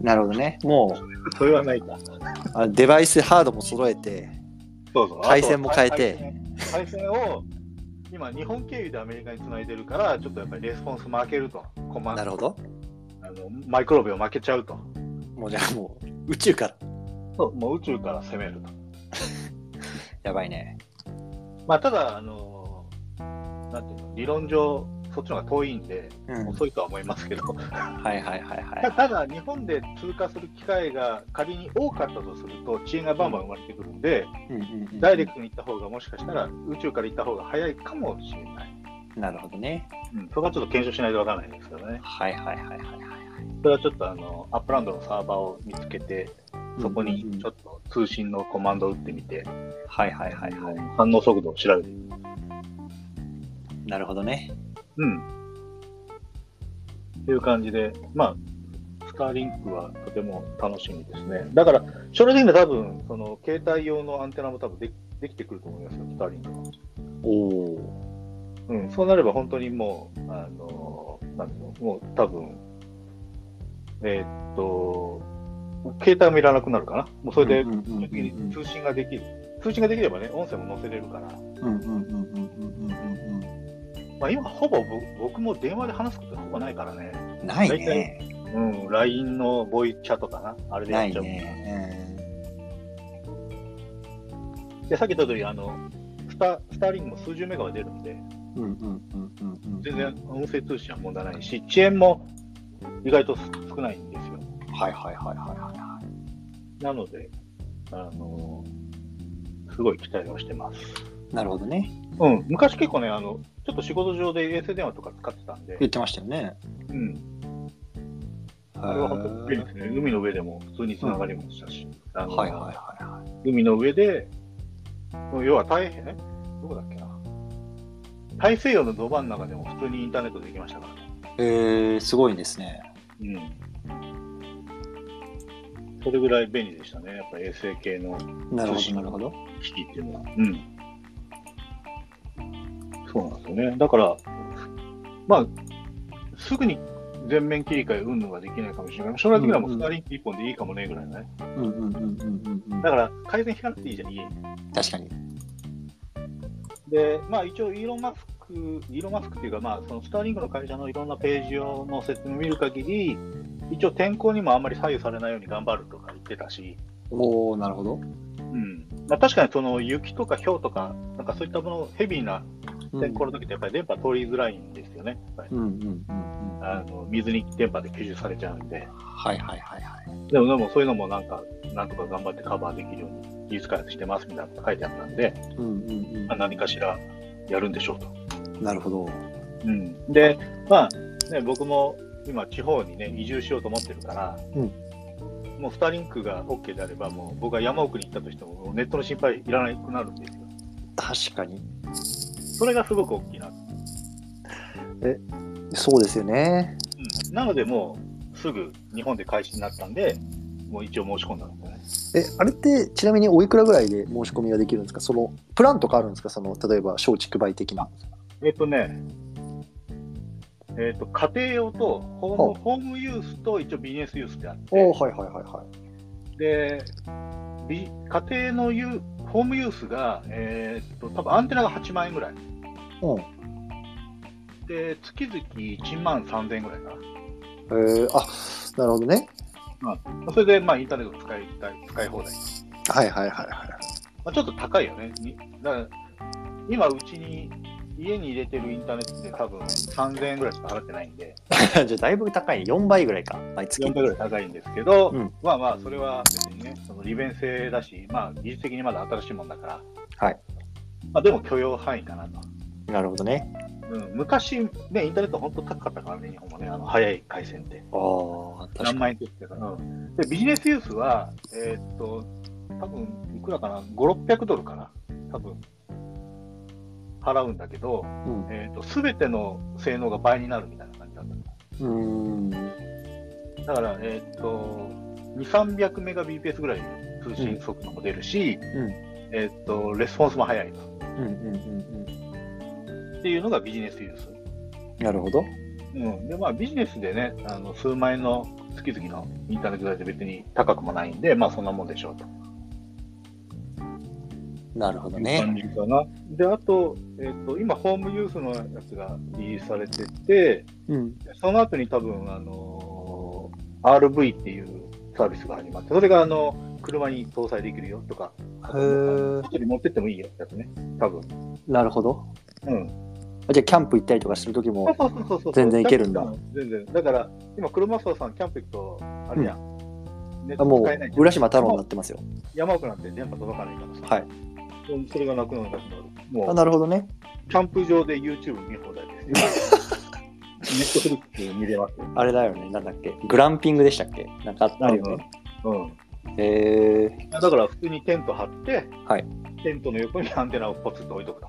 [SPEAKER 1] なるほどね。も
[SPEAKER 2] それはないか。
[SPEAKER 1] うあデバイスハードも揃えて、
[SPEAKER 2] そうそう。
[SPEAKER 1] 回線も変えて
[SPEAKER 2] あとは。回線回線を今、日本経由でアメリカにつないでるから、ちょっとやっぱりレスポンス負けると、コマン
[SPEAKER 1] なるほど。
[SPEAKER 2] あのマイクロビを負けちゃうと、
[SPEAKER 1] もうじゃあもう宇宙から。
[SPEAKER 2] そうもう宇宙から攻めると。
[SPEAKER 1] やばいね。
[SPEAKER 2] まあ、ただ、あのなんていうの、理論上、そっちの方が遠いんで、
[SPEAKER 1] うん。はい
[SPEAKER 2] 遅いとは思いますけど、
[SPEAKER 1] はいはいは
[SPEAKER 2] た ただ、日本で通過する機会が仮に多かったとすると、遅延がバンバン生まれてくるんで、
[SPEAKER 1] い。うんうんうん
[SPEAKER 2] ダイレクトに行った方が、もしかしたら宇宙から行った方が早いかもしれない。
[SPEAKER 1] なるほどね。
[SPEAKER 2] うん、そこはちょっと検証しないとわからないですけどね。
[SPEAKER 1] はいはいはいはいはい。
[SPEAKER 2] それはちょっとあのアップランドのサーバーを見つけて、そこにちょ
[SPEAKER 1] っと。
[SPEAKER 2] っと通信のコマンドを打ってみて、
[SPEAKER 1] はいはいはいは
[SPEAKER 2] 反応速度を調べてみる。
[SPEAKER 1] い。なるほどね。
[SPEAKER 2] うん。っていう感じで、まあ、スターリンクはとても楽しみですね。だから、将来的には多分、その携帯用のアンテナも多分できできてくると思いますよ、スターリンクは。
[SPEAKER 1] おお。
[SPEAKER 2] うん、そうなれば本当にもう、あの、なんていうの、もう多分、えーっと、携帯もいらなくなるかな。もうそれで
[SPEAKER 1] うん、うんうんうん
[SPEAKER 2] 基本的に通信ができる。通信ができればね、音声も載せれるから、
[SPEAKER 1] うんうんうんうんうんうん
[SPEAKER 2] まあ今ほぼ僕僕も電話で話すことほぼないからね。
[SPEAKER 1] うん。ないね。
[SPEAKER 2] うん、LINE のボイチャとかな、あれで
[SPEAKER 1] な
[SPEAKER 2] やっ
[SPEAKER 1] い
[SPEAKER 2] ちゃう。
[SPEAKER 1] ね。
[SPEAKER 2] で、さっき言った通り、あの、スタスターリングも数十メガは出るんで、
[SPEAKER 1] うんうんうんうんうんうん。
[SPEAKER 2] 全然音声通信は問題ないし、遅延も意外と少ないんですよ。
[SPEAKER 1] はいはいはいはいはいは
[SPEAKER 2] なので、あの、すごい期待をしてます。
[SPEAKER 1] い。なるほどね。
[SPEAKER 2] うん、昔結構ね、あの、ちょっと仕事上で衛星電話とか使ってたんで、
[SPEAKER 1] 言ってましたよね。
[SPEAKER 2] うん、
[SPEAKER 1] こ
[SPEAKER 2] これは本当に便利ですね。海の上でも普通に繋がりましたし、あの
[SPEAKER 1] はいはいはいはい。
[SPEAKER 2] 海の上で、もう要は太平、えどこだっけな。大西洋のドバンの中でも普通にインターネットできましたからね。
[SPEAKER 1] えー、すごいですね。
[SPEAKER 2] うん。それぐらい便利でしたね。やっぱ衛星系の
[SPEAKER 1] なるほ
[SPEAKER 2] 通信
[SPEAKER 1] どなるほど。
[SPEAKER 2] 機器っていうのは。うん。そうなんですよね。だから、まあ、すぐに全面切り替え、うんぬんはできないかもしれない。将来的にはもう
[SPEAKER 1] うんう
[SPEAKER 2] ス
[SPEAKER 1] ん
[SPEAKER 2] ターリンク一本でいいかもね、ぐらいのね。
[SPEAKER 1] うんうんうんうんうんうん
[SPEAKER 2] だ。から、改善しなくていいじゃん、家に。
[SPEAKER 1] 確かに。
[SPEAKER 2] で、まあ、一応、イーロン・マスク、イーロン・マスクっていうか、まあ、そのスターリンクの会社のいろんなページをの説明を見る限り、一応、天候にもあんまり左右されないように頑張るとか言ってたし、
[SPEAKER 1] おおなるほど。
[SPEAKER 2] うんまあ、確かにその雪とか氷とか、なんかそういったもの、ヘビーな天候の時って、やっぱり電波通りづらいんですよね、やっぱり
[SPEAKER 1] うんうんうんうん。
[SPEAKER 2] あの水に電波で吸収されちゃうんで、
[SPEAKER 1] はいはいはいはい。
[SPEAKER 2] でも、でもそういうのもなんか、なんとか頑張ってカバーできるように技術開発してますみたいなこと書いてあったんで、
[SPEAKER 1] うんうん
[SPEAKER 2] まあ、何かしらやるんでしょうと。
[SPEAKER 1] うん。なるほど。
[SPEAKER 2] うん、で、まあね、僕も今、地方にね、移住しようと思ってるから、
[SPEAKER 1] うん
[SPEAKER 2] もうスターリンクが OK であれば、もう僕は山奥に行ったとしても、もうネットの心配いらなくなるんですよ。
[SPEAKER 1] 確かに。
[SPEAKER 2] それがすごく大きいな。
[SPEAKER 1] そうですよね。
[SPEAKER 2] うん、なので、もうすぐ日本で開始になったんで、もう一応申し込んだんですよね。
[SPEAKER 1] え、あれってちなみにおいくらぐらいで申し込みができるんですかそのプランとかあるんですかその例えば松竹梅的な。
[SPEAKER 2] えっとね、えっと家庭用とホームホームユースと一応ビジネスユースってあっ
[SPEAKER 1] お
[SPEAKER 2] て、
[SPEAKER 1] ーはいはいはいは
[SPEAKER 2] でビ家庭のユーホームユースが、えっと多分アンテナが8万円ぐらい、
[SPEAKER 1] い。
[SPEAKER 2] で月々1万3000円ぐらいかな
[SPEAKER 1] うん。えー、あなるほどね。、
[SPEAKER 2] それでまあインターネット使いたい使い放題、
[SPEAKER 1] はいはいはいは
[SPEAKER 2] まあ、ちょっと高いよね、にだから今、うちに家に入れてるインターネットで多分3000円ぐらいしか払ってないんで。
[SPEAKER 1] い。 じゃあだいぶ高い、4倍ぐらいか、毎月。
[SPEAKER 2] 4倍ぐらい高いんですけど、
[SPEAKER 1] うん
[SPEAKER 2] まあまあ、それは別にね、その利便性だし、まあ、技術的にまだ新しいもんだから、
[SPEAKER 1] はい
[SPEAKER 2] まあ、でも許容範囲かなと。
[SPEAKER 1] なるほどね。
[SPEAKER 2] うん、昔、ね、インターネット本当高かったからね、日本もね、あの早い回線って。
[SPEAKER 1] ああ、確か
[SPEAKER 2] 何
[SPEAKER 1] に。
[SPEAKER 2] 万円って言ってたから、うんで、ビジネスユースは、えーっと、多分いくらかな、5、600ドルかな、多分払うんだけど、
[SPEAKER 1] うん
[SPEAKER 2] えーっと、すべての性能が倍になるみたいな感じだった。
[SPEAKER 1] うーん。
[SPEAKER 2] だから、えーっと、2、300メガ BPS ぐらい通信速度も出るし、
[SPEAKER 1] うん
[SPEAKER 2] えーっと、レスポンスも早いと
[SPEAKER 1] うんうんうんう
[SPEAKER 2] っていうのがビジネスユース。
[SPEAKER 1] ん。なるほど。
[SPEAKER 2] うん。で、まあ、ビジネスでね、あの、数万円の月々のインターネット代って別に高くもないんで、まあ、そんなもんでしょうと
[SPEAKER 1] なるほど
[SPEAKER 2] いう感
[SPEAKER 1] ね。
[SPEAKER 2] じかな。で、あと、えーっと、今、ホームユースのやつがリリースされてて、
[SPEAKER 1] うん。
[SPEAKER 2] その後に多分、あのー RV っていうサービスが始まって、それが、あの、車に搭載できるよとか、
[SPEAKER 1] へえ。
[SPEAKER 2] ホテル持ってってもいいよってやつね、多分。
[SPEAKER 1] なるほど。
[SPEAKER 2] うん。
[SPEAKER 1] あじゃあ、キャンプ行ったりとかするときも、
[SPEAKER 2] そうそうそうそう
[SPEAKER 1] 全然いけるんだ。
[SPEAKER 2] 全然。だから、今、車沢さん、キャンプ行くと、あれや、ネッ
[SPEAKER 1] あ
[SPEAKER 2] ト
[SPEAKER 1] も、
[SPEAKER 2] 使えないう
[SPEAKER 1] 浦島太郎になってますよ。
[SPEAKER 2] 山奥なんて電波届かないからさ。
[SPEAKER 1] はい。
[SPEAKER 2] うんそれがなくなるから、も
[SPEAKER 1] あ
[SPEAKER 2] う、
[SPEAKER 1] なるほどね。
[SPEAKER 2] キャンプ場で YouTube 見放題 ですよ。ネットフリックス見れますよ。
[SPEAKER 1] あれだよね。なんだっけ。グランピングでしたっけなんかあるよね。
[SPEAKER 2] うん。
[SPEAKER 1] へえ。
[SPEAKER 2] だから、普通にテント張って、
[SPEAKER 1] はい
[SPEAKER 2] テントの横にアンテナをポツッと置いとくと。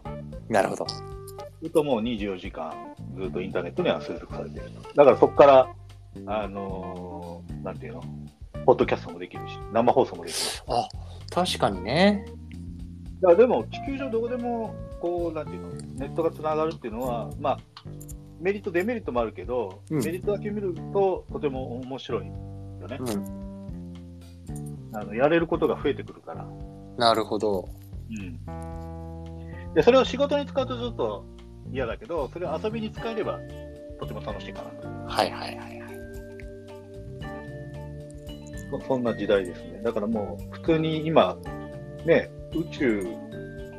[SPEAKER 1] なるほど。
[SPEAKER 2] ずっともう24時間、ずっとインターネットには接続されてると。だからそこから、あのーなんていうの、ポッドキャストもできるし、生放送もできるし。
[SPEAKER 1] あ確かにね。
[SPEAKER 2] だからでも、地球上どこでも、こう、なんていうの、ネットがつながるっていうのは、まあ、メリット、デメリットもあるけど、
[SPEAKER 1] うん
[SPEAKER 2] メリットだけ見ると、とても面白いよね。
[SPEAKER 1] うん。
[SPEAKER 2] あのやれることが増えてくるから。
[SPEAKER 1] なるほど。
[SPEAKER 2] うん。で、それを仕事に使うとちょっと嫌だけど、それを遊びに使えれば、とても楽しいかなと。
[SPEAKER 1] はいはいはいはい。
[SPEAKER 2] そそんな時代ですね。だからもう普通に今、ね、宇宙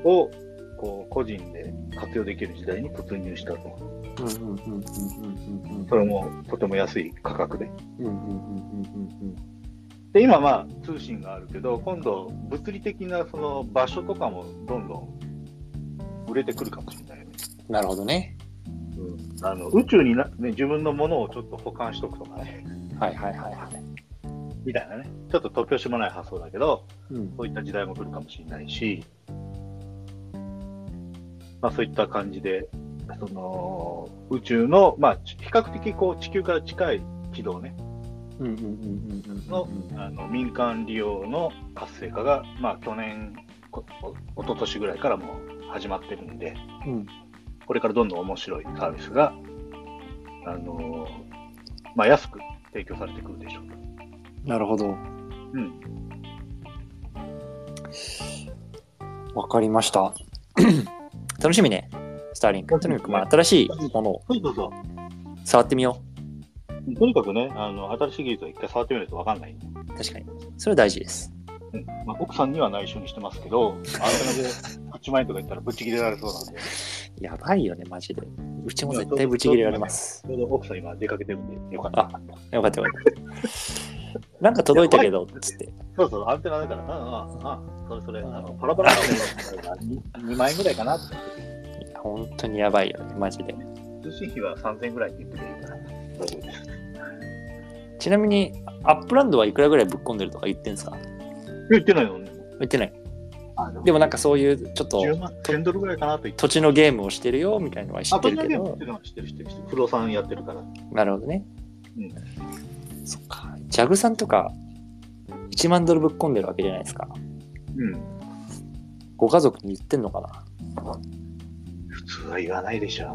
[SPEAKER 2] をこう個人で活用できる時代に突入したと。
[SPEAKER 1] うんうんうんうんうん
[SPEAKER 2] それもとても安い価格で。
[SPEAKER 1] うんうんうんうんうん
[SPEAKER 2] で、今まあ通信があるけど、今度物理的なその場所とかもどんどん売れてくるかもしれないよね。
[SPEAKER 1] うん。なるほどね。
[SPEAKER 2] あの宇宙にな、ね、自分のものをちょっと保管しとくとかね、
[SPEAKER 1] はいはいはいはい。
[SPEAKER 2] みたいなね、ちょっと突拍子もない発想だけど、
[SPEAKER 1] うん。
[SPEAKER 2] そういった時代も来るかもしれないし、まあ、そういった感じで、その宇宙の、まあ、ち比較的こう地球から近い軌道、ね、
[SPEAKER 1] うんうんうんうんうん
[SPEAKER 2] のあの民間利用の活性化が、まあ、去年、こおおととしぐらいからもう始まってるんで、
[SPEAKER 1] うん。うん。
[SPEAKER 2] これからどんどん面白いサービスが、あのまあ、安く提供されてくるでしょうと。
[SPEAKER 1] なるほど。
[SPEAKER 2] うん
[SPEAKER 1] わかりました。 楽しみね。スターリンク。とにかくまあ新しいものを
[SPEAKER 2] そうそうそう
[SPEAKER 1] 触ってみよ
[SPEAKER 2] とにかくね、あの新しい技術は一回触ってみないと分かんないんで
[SPEAKER 1] う。確かに。それは大事です。
[SPEAKER 2] うんまあ、奥さんには内緒にしてますけど、アンテナで8万円とか言ったらぶっちぎれられそうなんで、ち
[SPEAKER 1] やばいよね、マジで。うちも絶対ブチ切れられます。
[SPEAKER 2] ょうど奥さん今出かけてるんで、よかった。
[SPEAKER 1] よかったよかった。なんか届いたけど、つって。
[SPEAKER 2] そうそう、アンテナだからな、ああ、ああそれそれ、あのパラパラ だから2 2万円ぐらいかなって。
[SPEAKER 1] いや本当にやばいよね、マジで。
[SPEAKER 2] 通信費は3000円ぐらいって言ってていいから。大丈夫です
[SPEAKER 1] ちなみに、アップランドはいくらぐらいぶっ込んでるとか言ってんですか
[SPEAKER 2] 言ってないのね。
[SPEAKER 1] 言ってない。
[SPEAKER 2] あで
[SPEAKER 1] でもなんかそういう、ちょっと
[SPEAKER 2] 10万、1000ドルぐらいかなと言って。
[SPEAKER 1] 土地のゲームをしてるよ、みたいなのは知
[SPEAKER 2] あ、
[SPEAKER 1] っ
[SPEAKER 2] こ
[SPEAKER 1] てる
[SPEAKER 2] れだ
[SPEAKER 1] け
[SPEAKER 2] けは
[SPEAKER 1] ど
[SPEAKER 2] 知って。る知ってる知ってる知ってる。不動産やってるから。
[SPEAKER 1] なるほどね。そっか。ジャグさんとか、1万ドルぶっ込んでるわけじゃないですか。
[SPEAKER 2] うん。
[SPEAKER 1] ご家族に言ってんのかな
[SPEAKER 2] 普通は言わないでしょ。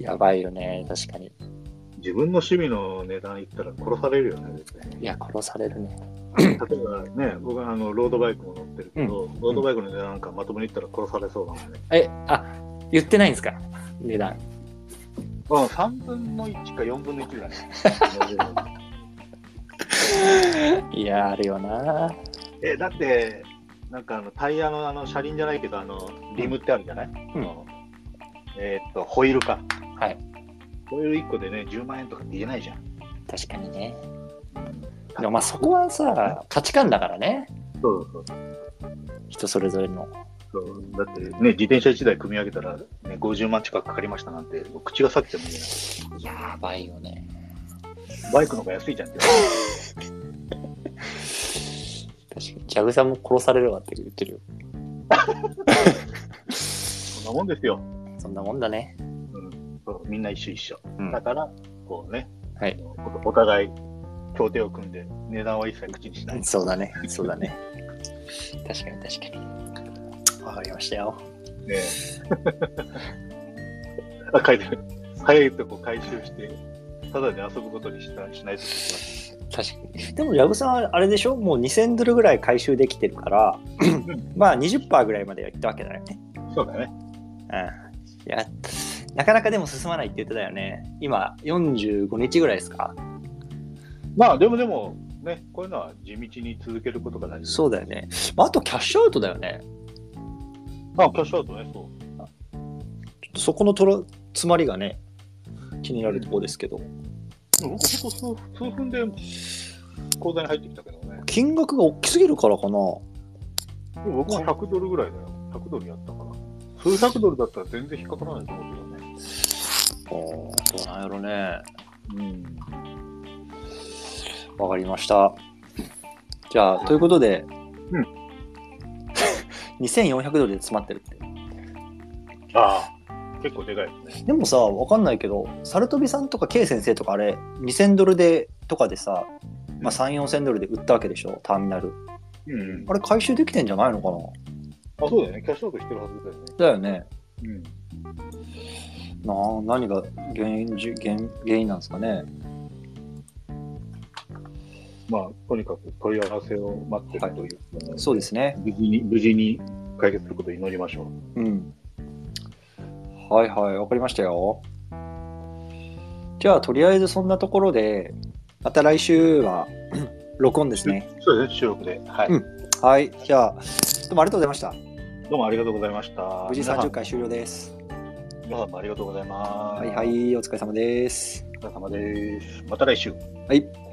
[SPEAKER 1] やばいよね、確かに。
[SPEAKER 2] 自分の趣味の値段言ったら殺されるよね、絶対
[SPEAKER 1] いや、殺されるね。
[SPEAKER 2] 例えばね、僕はあのロードバイクも乗ってるけど、ロードバイクの値段なんかまともに言ったら殺されそうなんで、ね。
[SPEAKER 1] え、あ、言ってないんですか値段。
[SPEAKER 2] うん、3分の1か4分の1ぐらい。
[SPEAKER 1] いや、あるよな。
[SPEAKER 2] え、だって、なんかあのタイヤのあの車輪じゃないけど、あのリムってあるじゃない、
[SPEAKER 1] うん
[SPEAKER 2] あのえーっと、ホイールか。
[SPEAKER 1] はい。
[SPEAKER 2] ホイール1個でね、10万円とかって言えないじゃん。
[SPEAKER 1] 確かにね。でもまあそこはさ、価値観だからね。
[SPEAKER 2] そうそう
[SPEAKER 1] 人それぞれの。
[SPEAKER 2] そう。だってね、自転車1台組み上げたら、ね、50万近くかかりましたなんて、もう口が裂けてもいえない。
[SPEAKER 1] やばいよね。
[SPEAKER 2] バイクの方が安いじゃんって。
[SPEAKER 1] 確かに。ジャグさんも殺されるわって言ってるよ。
[SPEAKER 2] そんなもんですよ。
[SPEAKER 1] そんなもんだね。
[SPEAKER 2] うん、そうみんな一緒一緒。
[SPEAKER 1] うん
[SPEAKER 2] だから、こうね、
[SPEAKER 1] はい
[SPEAKER 2] あのおお互い協定を組んで、値段は一切口にしない。
[SPEAKER 1] そうだね。そうだね。確かに確かに。わかりましたよ。
[SPEAKER 2] ねえあ、書いてる。早いとこ回収して、ただで遊ぶことにしたしないと
[SPEAKER 1] 確かに。でもジャグさんはあれでしょもう2000ドルぐらい回収できてるから、まあ20%ぐらいまではいったわけだよね。
[SPEAKER 2] そうだね。
[SPEAKER 1] うん。いや、なかなかでも進まないって言ってたよね。今45日ぐらいですか
[SPEAKER 2] まあ、でもでも、ね、こういうのは地道に続けることが大事。
[SPEAKER 1] そうだよね。まあ、あとキャッシュアウトだよね。
[SPEAKER 2] あ、キャッシュアウトね、そう。
[SPEAKER 1] ちょっとそこのとろ詰まりがね、気になるところですけど、
[SPEAKER 2] でも僕、ここ数数分で口座に入ってきたけどね。
[SPEAKER 1] 金額が大きすぎるからかな。
[SPEAKER 2] でも僕も100ドルぐらいだよ。100ドルやったから。数百ドルだったら全然引っかからないと思うけどね。
[SPEAKER 1] どうなんやろね。
[SPEAKER 2] うん
[SPEAKER 1] わかりました。じゃあ、ということで、
[SPEAKER 2] うん
[SPEAKER 1] 2400ドルで詰まってるって。
[SPEAKER 2] ああ、結構でかいですね。
[SPEAKER 1] でもさ、わかんないけど、サルトビさんとか K 先生とかあれ、2000ドルでとかでさ、まあ、3、4000ドルで売ったわけでしょ、ターミナル。
[SPEAKER 2] うん
[SPEAKER 1] あれ、回収できてんじゃないのかな
[SPEAKER 2] あ、そうだよね。キャッシュアウトしてるはずだよね。
[SPEAKER 1] だよね。
[SPEAKER 2] うん。
[SPEAKER 1] なあ何が原因じゅ原原因なんですかね。
[SPEAKER 2] まあ、とにかく問い合わせを待ってるという、
[SPEAKER 1] そうですね。
[SPEAKER 2] 無事に、無事に解決することを祈りましょう。
[SPEAKER 1] うん。はいはい、わかりましたよ。じゃあ、とりあえずそんなところで、また来週は 録音ですね。
[SPEAKER 2] そうですね、収録で。はい。
[SPEAKER 1] うんはい、じゃあ、どうもありがとうございました。
[SPEAKER 2] どうもありがとうございました。
[SPEAKER 1] 無事
[SPEAKER 2] 皆さ
[SPEAKER 1] 30
[SPEAKER 2] ん
[SPEAKER 1] 回終了です。
[SPEAKER 2] 皆さんもありがとうございま
[SPEAKER 1] は
[SPEAKER 2] す。
[SPEAKER 1] いは。い、お疲れ様です。
[SPEAKER 2] お疲れ様です。また来週。
[SPEAKER 1] はい。